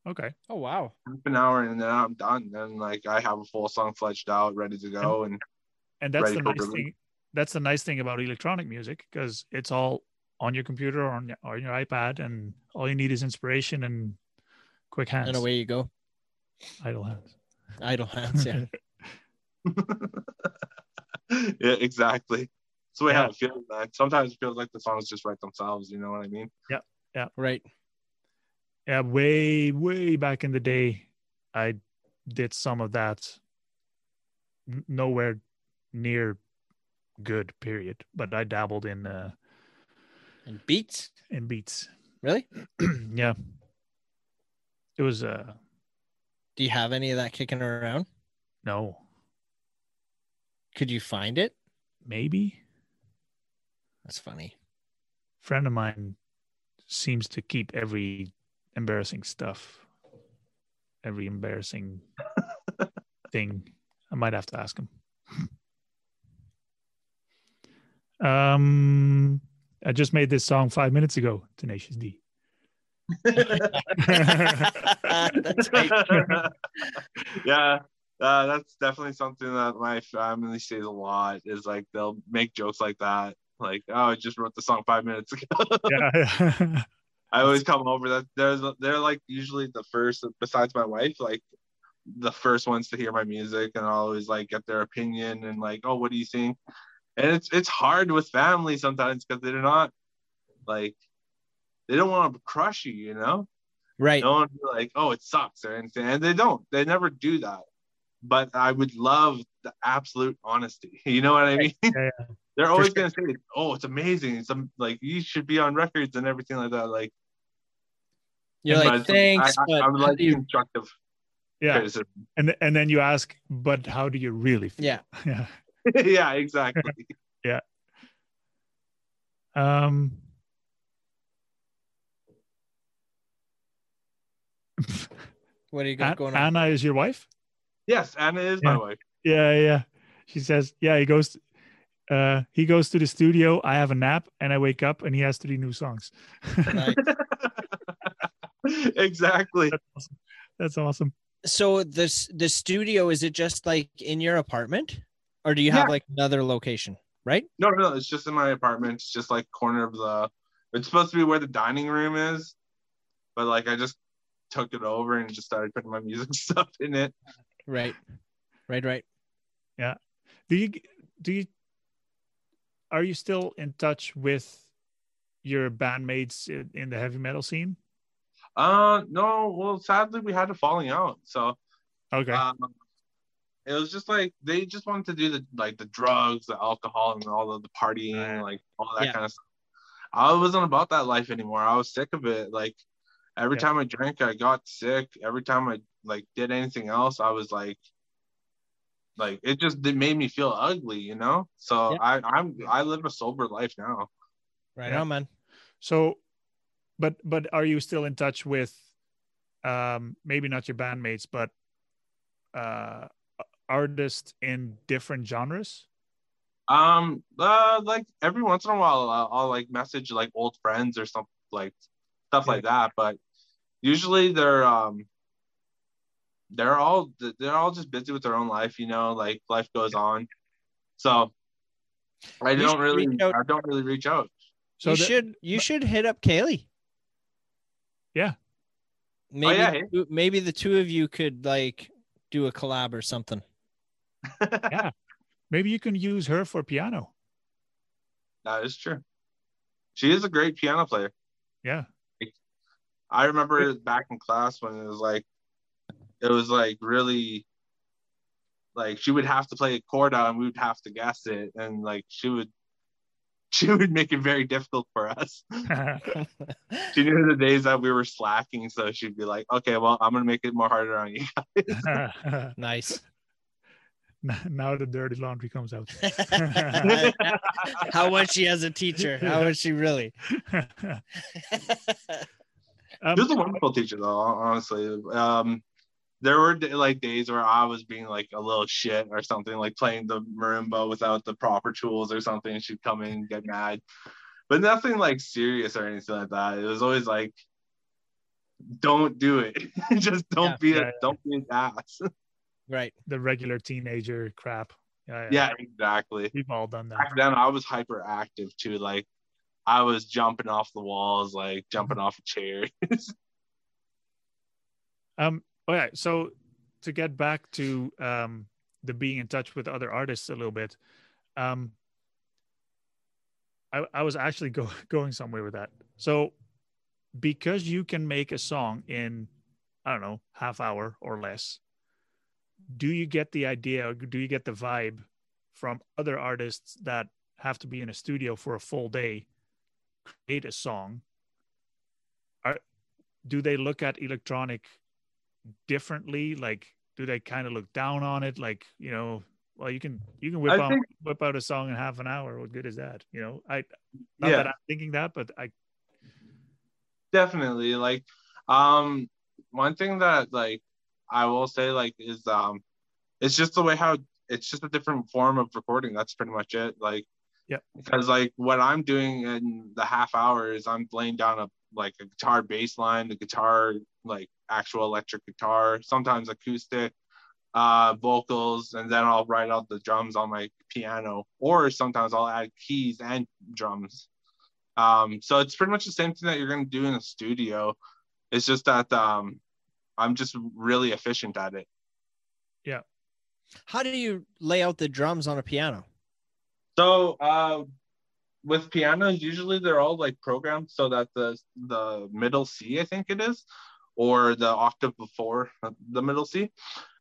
S3: Okay.
S2: Oh wow.
S1: half an hour, and then I'm done. Then like I have a full song fledged out, ready to go, and
S3: And that's
S1: Ready
S3: the
S1: for
S3: nice
S1: release.
S3: thing. That's the nice thing about electronic music because it's all on your computer or on your, on your iPad, and all you need is inspiration and quick hands,
S2: And away you go.
S3: idle hands.
S2: Idle hands. Yeah.
S1: yeah, exactly. That's the way
S3: Yeah.
S1: how it feels. Man. Sometimes it feels like the songs just write themselves. You know what I mean?
S2: right.
S3: Yeah, way, way back in the day, I did some of that. N- Nowhere near good, period. But I dabbled in uh,
S2: And beats.
S3: in beats.
S2: Really?
S3: yeah, it was uh
S2: Do you have any of that kicking around?
S3: no,
S2: Could you find it?
S3: maybe
S2: That's funny.
S3: friend of mine seems to keep every embarrassing stuff, every embarrassing thing. I might have to ask him. um, I just made this song five minutes ago. Tenacious D.
S2: That's right.
S1: yeah, uh, that's definitely something that my family says a lot. Is like they'll make jokes like that. Like, oh, I just wrote the song five minutes ago.
S3: yeah.
S1: I always come over. That there's they're like usually the first, besides my wife, like the first ones to hear my music, and I always like get their opinion and like, oh, what do you think? And it's it's hard with family sometimes because they're not like they don't want to crush you, you know.
S2: Right.
S1: No one be like, oh, it sucks or anything, and they don't. They never do that. But I would love the absolute honesty. You know what I mean?
S3: yeah.
S1: They're always gonna say, "Oh, it's amazing! It's am- like you should be on records and everything like that." Like
S2: You're like,
S1: but
S2: thanks,
S1: I, I,
S2: but
S1: I would
S2: how
S1: like
S2: do you
S1: constructive
S3: yeah.
S1: criticism.
S3: And and then you ask, but how do you really feel?
S2: Yeah.
S3: Yeah.
S1: yeah, exactly.
S3: Um,
S2: what do you got
S3: An-
S2: going on?
S3: Anna is your wife?
S1: yes, Anna is
S3: Yeah.
S1: my wife.
S3: Yeah, yeah. She says, yeah, he goes uh he goes to the studio, I have a nap, and I wake up and he has three new songs.
S2: Like,
S1: exactly.
S3: That's awesome.
S2: so this the studio is it just like in your apartment, or do you have
S1: Yeah.
S2: like another location? Right.
S1: No, no, it's just in my apartment. It's just like corner of the. It's supposed to be where the dining room is, but like I just took it over and just started putting my music stuff in it.
S2: Right. Right. Right.
S3: Do you do you are you still in touch with your bandmates in, in the heavy metal scene?
S1: Uh, no, well, sadly we had a falling out, so
S3: Okay.
S2: Uh,
S1: um, it was just like they just wanted to do the like the drugs, the alcohol, and all of the partying, like all that
S2: Yeah.
S1: kind of stuff. I wasn't about that life anymore. I was sick of it. Like every
S3: Yeah.
S1: time I drank, I got sick. Every time I like did anything else, I was like, like it just it made me feel ugly, you know. So
S2: Yeah.
S1: I I'm I live a sober life now.
S2: Right
S3: Yeah.
S2: on, man.
S3: so but but are you still in touch with um maybe not your bandmates, but uh artists in different genres?
S1: Um, uh, like every once in a while, I'll, I'll like message like old friends or something like stuff like that. But usually they're um they're all they're all just busy with their own life, you know. Like life goes on, so I
S2: You
S1: don't
S2: should
S1: really
S2: reach out.
S1: I don't really reach out.
S3: So
S2: you
S3: the-
S2: should you should hit up Kaylee.
S3: Yeah. Oh,
S2: Maybe
S1: yeah, hey.
S2: you- maybe the two of you could like do a collab or something.
S3: Maybe you can use her for piano.
S1: That is true. She is a great piano player.
S3: Yeah.
S1: I remember back in class when it was like, it was like really, like she would have to play a chord out and we would have to guess it, and like she would, she would make it very difficult for us. She knew the days that we were slacking, so she'd be like, "Okay, well, I'm gonna make it more harder on you."
S3: now
S2: nice.
S3: the dirty laundry comes out.
S2: How was she as a teacher? How was she really?
S3: Um,
S1: She was a wonderful teacher, though. Honestly, um, there were like days where I was being like a little shit or something, like playing the marimba without the proper tools or something. She'd come in and get mad, but nothing like serious or anything like that. It was always like, "Don't do it. Just don't
S2: Yeah.
S1: be
S3: Yeah,
S1: a,
S3: yeah.
S1: don't be an ass."
S2: Right.
S3: the regular teenager crap.
S1: yeah, exactly.
S3: We've all done that.
S1: back then I was hyperactive too. Like I was jumping off the walls, like jumping off a chair.
S3: Um. All right. So to get back to um the being in touch with other artists a little bit, um, I I was actually go, going somewhere with that. So because you can make a song in I don't know half hour or less, do you get the idea? Or do you get the vibe from other artists that have to be in a studio for a full day, create a song? Are do they look at electronic differently? Like, do they kind of look down on it? Like, you know, well, you can you can whip
S1: I
S3: out
S1: think-
S3: whip out a song in half an hour. What good is that? You know, I not
S1: yeah,
S3: that I'm thinking that, but I
S1: definitely. Like um one thing that like I will say like is um it's just the way how it's just a different form of recording. That's pretty much it. Like
S3: Yep.
S1: because like what I'm doing in the half hour is I'm laying down a like a guitar bass line, the guitar like actual electric guitar, sometimes acoustic, uh, vocals, and then I'll write out the drums on my piano, or sometimes I'll add keys and drums. Um, so it's pretty much the same thing that you're gonna do in a studio. It's just that um, I'm just really efficient at it.
S2: How do you lay out the drums on a piano?
S1: So uh, with pianos, usually they're all like programmed so that the the middle C, I think it is, or the octave before the middle C,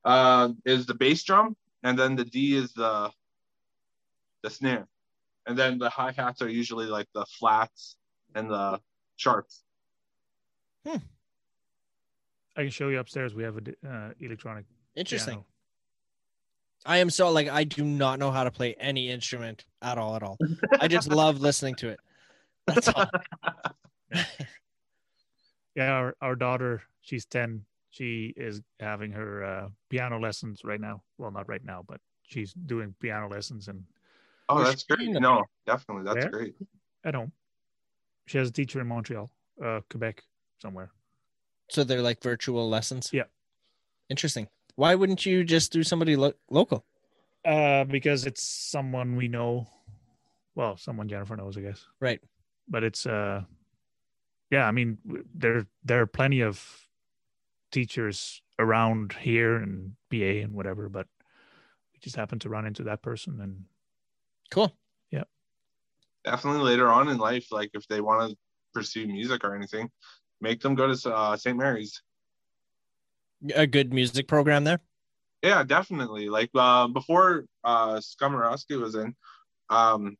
S1: uh, is the bass drum, and then the D is the the snare, and then the hi hats are usually like the flats and the sharps.
S3: I can show you upstairs. We have a d- uh, electronic.
S2: Interesting.
S3: piano.
S2: I am so like I do not know how to play any instrument at all at all. I just love listening to it. That's all.
S3: Yeah, our, our daughter, she's ten. She is having her uh, piano lessons right now. Well, not right now, but she's doing piano lessons and
S1: Oh,
S2: Or
S1: that's great.
S2: China.
S1: No, definitely, that's
S3: Yeah.
S1: great.
S3: at home. She has a teacher in Montreal, uh, Quebec, somewhere.
S2: So they're like virtual lessons.
S3: Yeah.
S2: Interesting. Why wouldn't you just do somebody lo- local?
S3: Uh, because it's someone we know. Well, someone Jennifer knows, I guess.
S2: Right.
S3: But it's uh, yeah. I mean, w- there there are plenty of teachers around here and BA and whatever, but we just happened to run into that person, and
S2: Cool.
S1: Definitely later on in life, like if they want to pursue music or anything, make them go to uh, St. Mary's.
S2: A good music program there.
S1: Yeah, definitely. Like uh, before uh Skomorowski was in, um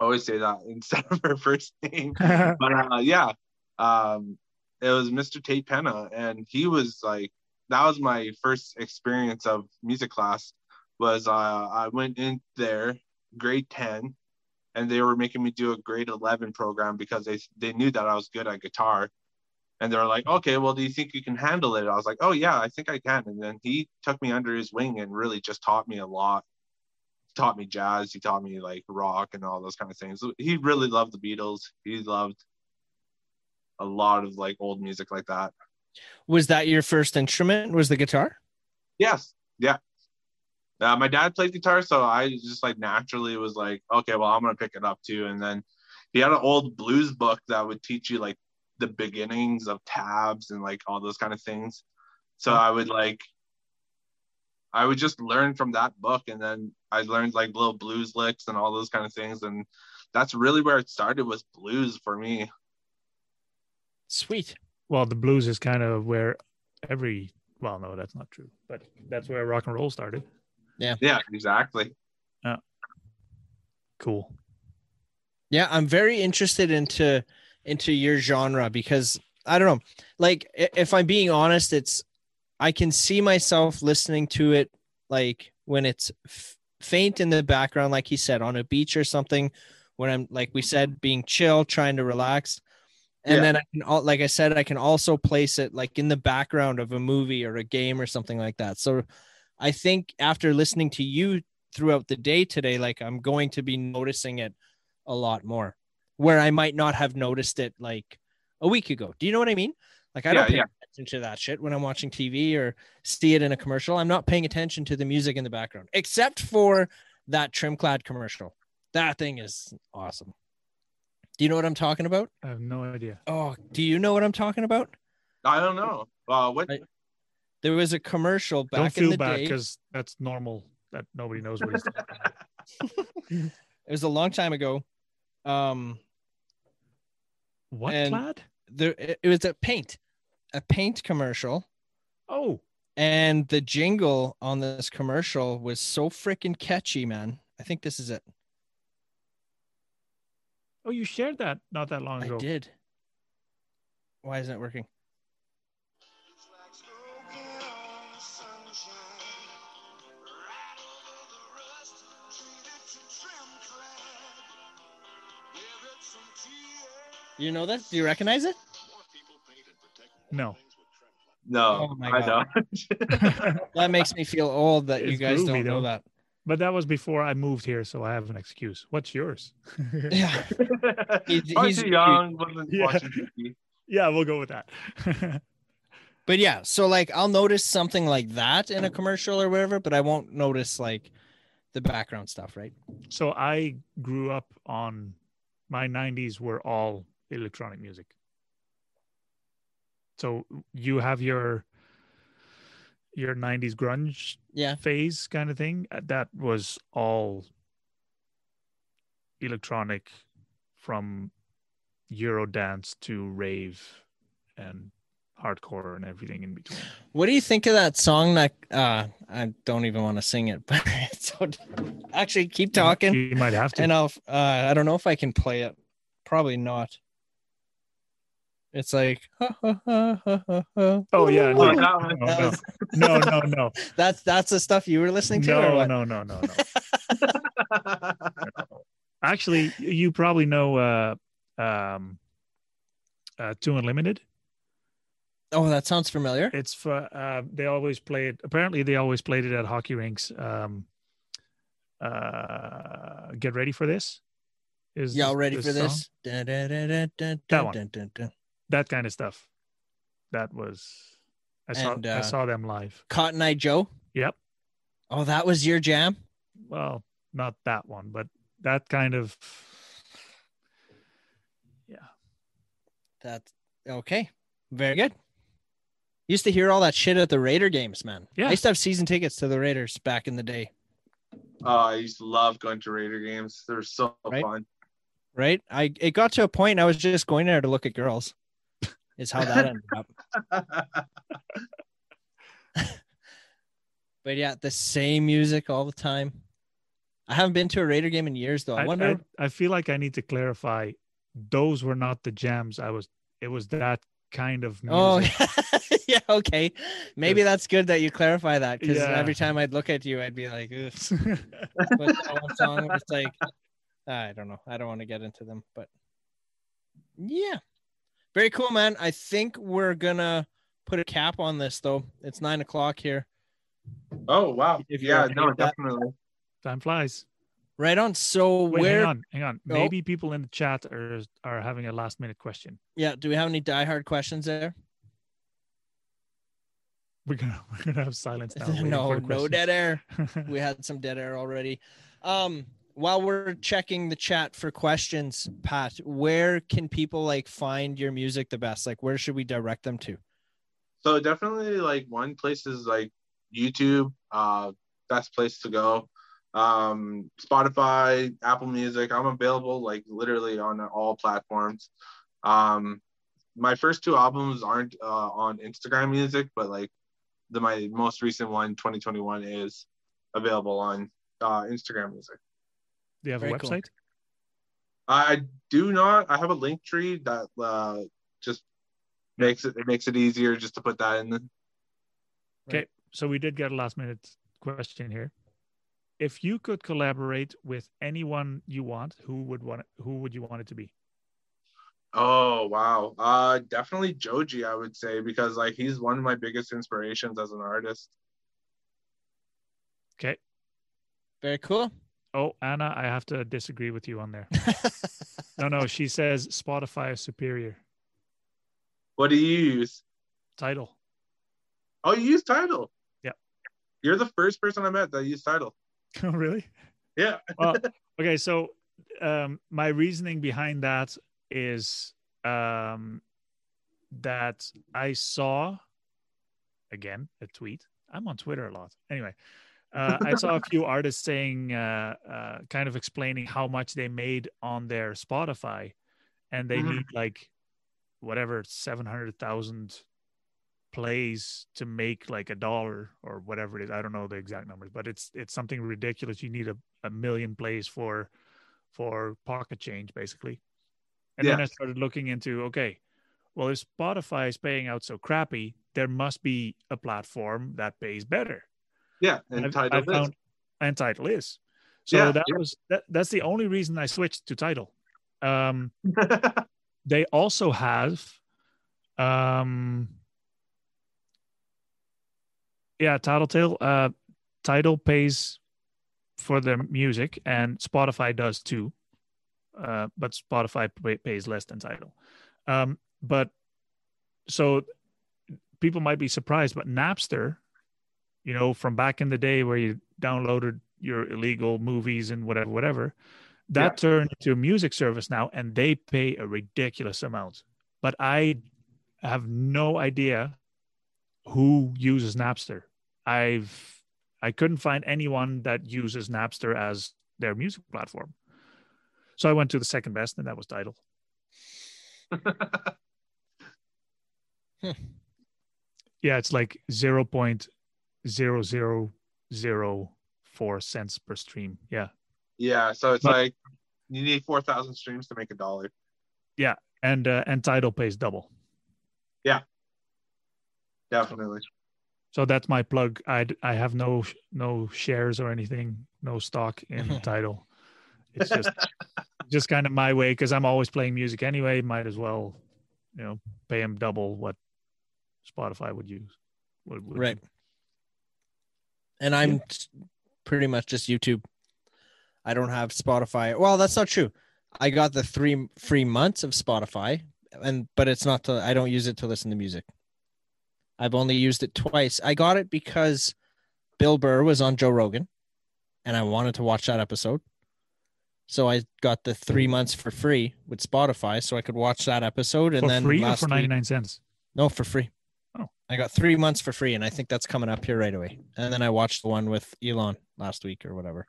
S1: I always say that instead of her first name. But uh, yeah, um it was Mr. Tate Penna and he was like that was my first experience of music class was uh I went in there grade 10 and they were making me do a grade 11 program because they they knew that I was good at guitar and they're like, okay, well, do you think you can handle it? I was like, oh yeah, I think I can. And then he took me under his wing and really just taught me a lot. He taught me jazz. He taught me like rock and all those kind of things. He really loved the Beatles. He loved a lot of like old music like that.
S2: Was that your first instrument? Was the guitar?
S1: Yes. Yeah. Uh, my dad played guitar, so I just like naturally was like, okay, well, I'm gonna pick it up too. And then he had an old blues book that would teach you like the beginnings of tabs and like all those kind of things. So I would like I would just learn from that book and then I learned like little blues licks and all those kind of things and that's really where it started was blues for me.
S2: Sweet.
S3: Well, the blues is kind of where every well, no, that's not true, but that's where rock and roll started.
S1: Yeah, exactly.
S3: Cool.
S2: Yeah, I'm very interested into into your genre because I don't know. Like i- if I'm being honest, it's I can see myself listening to it like when it's f- faint in the background like he said on a beach or something when I'm like we said being chill, trying to relax. And
S1: Yeah.
S2: then I can al- like I said I can also place it like in the background of a movie or a game or something like that. So I think after listening to you throughout the day today like I'm going to be noticing it a lot more where I might not have noticed it like a week ago. Do you know what I mean? Like I
S1: Yeah,
S2: don't pay
S1: yeah.
S2: attention to that shit when I'm watching TV or see it in a commercial. I'm not paying attention to the music in the background, except for that trim clad commercial. That thing is awesome. Do you know what I'm talking about?
S3: I have no idea.
S2: Oh, do you know what I'm talking about?
S1: I don't know. Uh, what?
S2: I- There was a commercial back in
S3: Don't feel
S2: the
S3: bad
S2: day.
S3: because that's normal. That nobody knows what he's talking about.
S2: It was a long time ago. Um,
S3: What
S2: And-
S3: plaid?
S2: there it it was a paint, a paint commercial.
S3: Oh,
S2: And the jingle on this commercial was so freaking catchy, man. I think this is it.
S3: oh, you shared that not that long
S2: I
S3: ago.
S2: did. Why isn't it working? You know this? Do you recognize it?
S3: No.
S1: No,
S2: Oh my
S1: I
S2: God.
S1: don't.
S2: That makes me feel old that you
S3: It's
S2: guys
S3: groovy,
S2: don't know
S3: though.
S2: that.
S3: But that was before I moved here, so I have an excuse. What's yours?
S2: Yeah. He's-
S1: Probably
S2: he's-
S1: too young. Wasn't
S3: Yeah.
S1: watching TV.
S3: yeah, we'll go with that.
S2: But yeah, so like I'll notice something like that in a commercial or whatever, but I won't notice like the background stuff, right?
S3: so I grew up on my 90s were all electronic music. So you have your your 90s grunge
S2: Yeah.
S3: phase kind of thing uh, that was all electronic from eurodance to rave and hardcore and everything in between
S2: What do you think of that song that uh I don't even want to sing it, but it's so actually keep talking.
S3: you might have to
S2: and I'll uh, I don't know if I can play it. Probably not. It's like
S3: oh yeah
S1: Oh,
S3: no
S1: that
S3: no
S1: one.
S3: no no no no
S2: that's that's the stuff you were listening to. or
S3: no
S2: what?
S3: no no no no actually you probably know uh um uh two unlimited
S2: Oh, that sounds familiar.
S3: it's for uh they always play it apparently they always played it at hockey rinks um uh get ready for this is
S2: Y'all
S3: this-
S2: ready for
S3: song?
S2: this? Dun, dun, dun, dun, dun,
S3: That
S2: dun,
S3: one.
S2: dun, dun, dun.
S3: that kind of stuff that was i saw
S2: And,
S3: i
S2: uh,
S3: saw them live
S2: Cotton Eye Joe.
S3: Yep.
S2: Oh, that was your jam.
S3: well not that one but that kind of
S2: That's okay. Very good. Used to hear all that shit at the Raider games, man.
S3: Yeah.
S2: I used to have season tickets to the Raiders back in the day.
S1: Oh, I used to love going to Raider games. They're so
S2: Right?
S1: fun.
S2: right? I it got to a point I was just going there to look at girls. Is how that ended up. But yeah, the same music all the time. I haven't been to a Raider game in years though. I,
S3: I,
S2: wonder.
S3: I, I feel like i need to clarify those were not the jams i was it was that kind of music.
S2: oh yeah, okay. Maybe that's good that you clarify that because
S3: Yeah.
S2: every time I'd look at you, I'd be like, "Ugh, what's that one song? where It's like I don't know. I don't want to get into them, but yeah. Very cool, man. I think we're gonna put a cap on this though. It's nine o'clock here.
S1: Oh wow.
S2: If you're
S1: yeah,
S2: okay
S1: no,
S2: with that.
S1: definitely.
S3: Time flies.
S2: Right on. So
S3: Wait,
S2: where
S3: hang on, hang on.
S2: Oh.
S3: Maybe people in the chat are are having a last minute question.
S2: yeah, do we have any diehard questions there?
S3: We're gonna we're gonna have silence now. waiting
S2: no,
S3: for the
S2: no
S3: questions.
S2: dead air. we had some dead air already. Um, while we're checking the chat for questions, Pat, where can people like find your music the best? Like, where should we direct them to?
S1: So definitely like one place is like YouTube, uh best place to go. Um Spotify, Apple Music. I'm available like literally on all platforms. Um my first two albums aren't uh, on Instagram music, but like the my most recent one, 2021, is available on uh, Instagram music.
S3: Do you have a
S2: Very cool.
S3: website?
S1: I do not. I have a link tree that uh, just makes it, it makes it easier just to put that in. The,
S3: Okay, so we did get a last minute question here. If you could collaborate with anyone you want, who would want it, who would you want it to be?
S1: oh wow, uh, definitely Joji, I would say because like he's one of my biggest inspirations as an artist.
S3: Okay.
S2: Very cool.
S3: Oh, Anna, I have to disagree with you on there. No, no, she says Spotify is superior.
S1: What do you use?
S3: Title.
S1: Oh, you use Title.
S3: Yeah.
S1: You're the first person I met that used Title.
S3: Oh, really?
S1: Yeah.
S3: well, okay. So, um, my reasoning behind that is um, that I saw again a tweet. I'm on Twitter a lot. Anyway, uh, I saw a few artists saying, uh, uh, kind of explaining how much they made on their Spotify, and they
S1: Mhm.
S3: need like whatever 700,000 plays to make like a dollar or whatever it is. I don't know the exact numbers, but it's it's something ridiculous. You need a, a million plays for for pocket change basically. And then
S1: Yeah.
S3: I started looking into okay, well if Spotify is paying out so crappy, there must be a platform that pays better.
S1: Yeah, and
S3: I've-
S1: Title
S3: I
S1: is.
S3: found- and title is. So
S1: Yeah,
S3: that
S1: yeah.
S3: was that, that's the only reason I switched to title. Um they also have um yeah tattletale uh title pays for the music and spotify does too uh but spotify pay- pays less than title um but so people might be surprised but napster you know from back in the day where you downloaded your illegal movies and whatever whatever that
S1: Yeah.
S3: turned into a music service now and they pay a ridiculous amount but i have no idea who uses napster i've i couldn't find anyone that uses napster as their music platform so i went to the second best and that was title
S2: Hmm.
S3: yeah it's like 0.0004 cents per stream yeah
S1: yeah, so it's
S3: But-
S1: like you need four thousand streams to make a dollar.
S3: and uh, and title pays double
S1: Definitely.
S3: so that's my plug i d- i have no sh- no shares or anything no stock in title it's just just kind of my way because i'm always playing music anyway might as well you know pay them double what spotify would use would, would
S2: Right. And I'm s- pretty much just YouTube. I don't have Spotify. Well, that's not true. I got the three m- free months of Spotify, and but it's not to. I don't use it to listen to music. I've only used it twice. I got it because Bill Burr was on Joe Rogan, and I wanted to watch that episode. So I got the three months for free with Spotify, so I could watch that episode. And
S3: for
S2: then
S3: free or
S2: last
S3: for
S2: week-
S3: 99 cents
S2: no, for free.
S3: Oh.
S2: I got three months for free, and I think that's coming up here right away. And then I watched the one with Elon last week or whatever.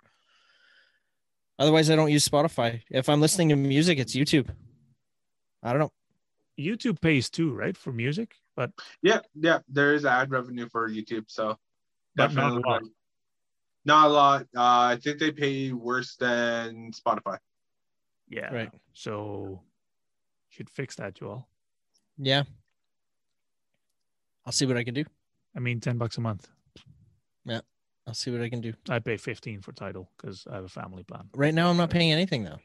S2: Otherwise, I don't use Spotify. If I'm listening to music, it's YouTube. I don't know.
S3: youtube pays too right for music but
S1: Yeah, yeah. There is ad revenue for YouTube, so
S3: But not a
S1: definitely
S3: lot.
S1: not a lot. Uh, I think they pay worse than Spotify.
S3: yeah
S2: Right.
S3: so should fix that you all
S2: Yeah. I'll see what I can do.
S3: i mean 10 bucks a month
S2: I'll see what I can do.
S3: i pay 15 for title because i have a family plan
S2: Right now, I'm not paying anything though.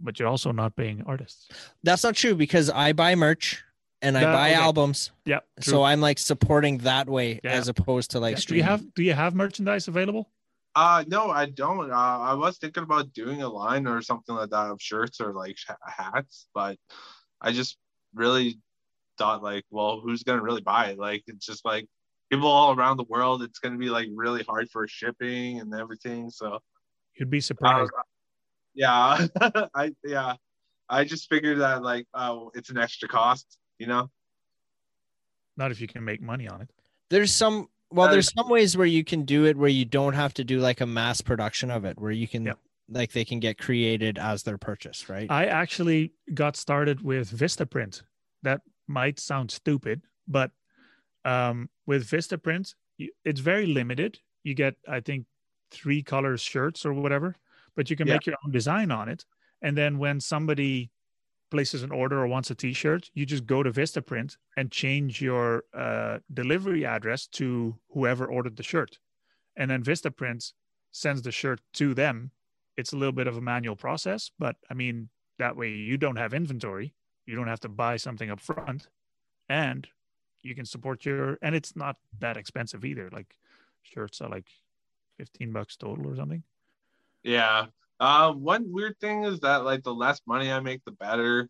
S3: but you're also not paying artists.
S2: That's not true because I buy merch and I
S3: That-
S2: buy
S3: okay.
S2: albums.
S3: Yeah.
S2: So I'm like supporting that way
S3: Yeah.
S2: as opposed to like
S3: do you
S2: streaming.
S3: have do you have merchandise available?
S1: Uh, no, I don't. Uh, I was thinking about doing a line or something like that of shirts or like ha- hats, but I just really thought like, well, who's gonna really buy it? Like, it's just like people all around the world. It's gonna be like really hard for shipping and everything. So,
S3: You'd be
S1: uh,
S3: surprised.
S1: yeah, I yeah, I just figured that like, oh, it's an extra cost, you know?
S3: not if you can make money on it.
S2: there's some well
S1: Uh,
S2: there's some ways where you can do it where you don't have to do like a mass production of it where you can
S3: Yeah.
S2: like they can get created as they're purchased right
S3: I actually got started with Vistaprint. That might sound stupid, but um, with Vistaprint, you- it's very limited. You get, I think, three colors shirts or whatever, but you can
S1: Yeah.
S3: make your own design on it. And then when somebody places an order or wants a T-shirt, you just go to Vistaprint and change your uh, delivery address to whoever ordered the shirt, and then Vistaprint sends the shirt to them. It's a little bit of a manual process, but I mean that way you don't have inventory, you don't have to buy something up front, and you can support your and it's not that expensive either. Like shirts are like fifteen bucks total or something.
S1: Yeah. Uh, one weird thing is that like the less money I make, the better.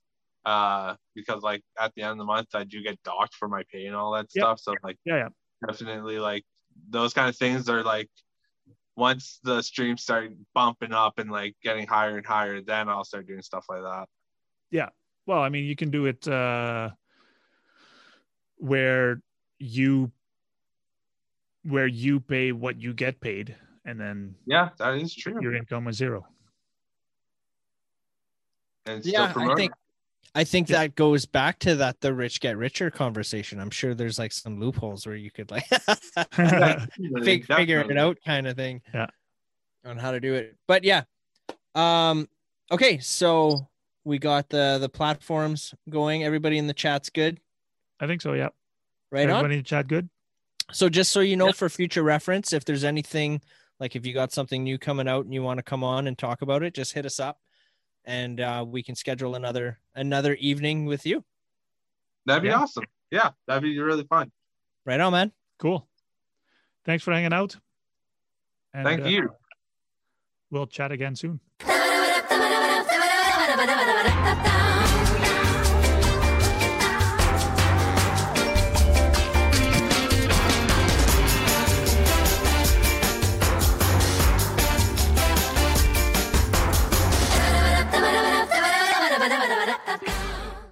S1: Uh, because like at the end of the month, I do get docked for my pay and all that
S3: Yep.
S1: stuff. So like
S3: Yeah, yeah.
S1: definitely like those kind of things are like once the streams start bumping up and like getting higher and higher, then I'll start doing stuff like that.
S3: Well, I mean, you can do it uh, where you where you pay what you get paid, and then
S1: Yeah, that is true.
S3: your income is zero.
S1: And still
S2: yeah i
S1: promote
S2: think i think
S3: Yeah.
S2: that goes back to that the rich get richer conversation i'm sure there's like some loopholes where you could like
S1: Yeah,
S2: fig- figure it
S1: definitely.
S2: out kind of thing
S3: Yeah.
S2: on how to do it but yeah um okay so we got the the platforms going everybody in the chat's good
S3: I think so. Yeah.
S2: right on
S3: Everybody in the chat, good.
S2: So just so you know, for future reference, if there's anything like if you got something new coming out and you want to come on and talk about it, just hit us up, and uh, we can schedule another another evening with you.
S1: That'd be
S3: Yeah.
S1: awesome. Yeah, that'd be really fun.
S2: Right on, man.
S3: Cool. Thanks for hanging out. And,
S1: Thank
S3: uh,
S1: you.
S3: We'll chat again soon.
S4: Ba-ba-da-ba-da-ba-da-ba-da-ba-da-ba-da-ba-da-ba-da-ba-da.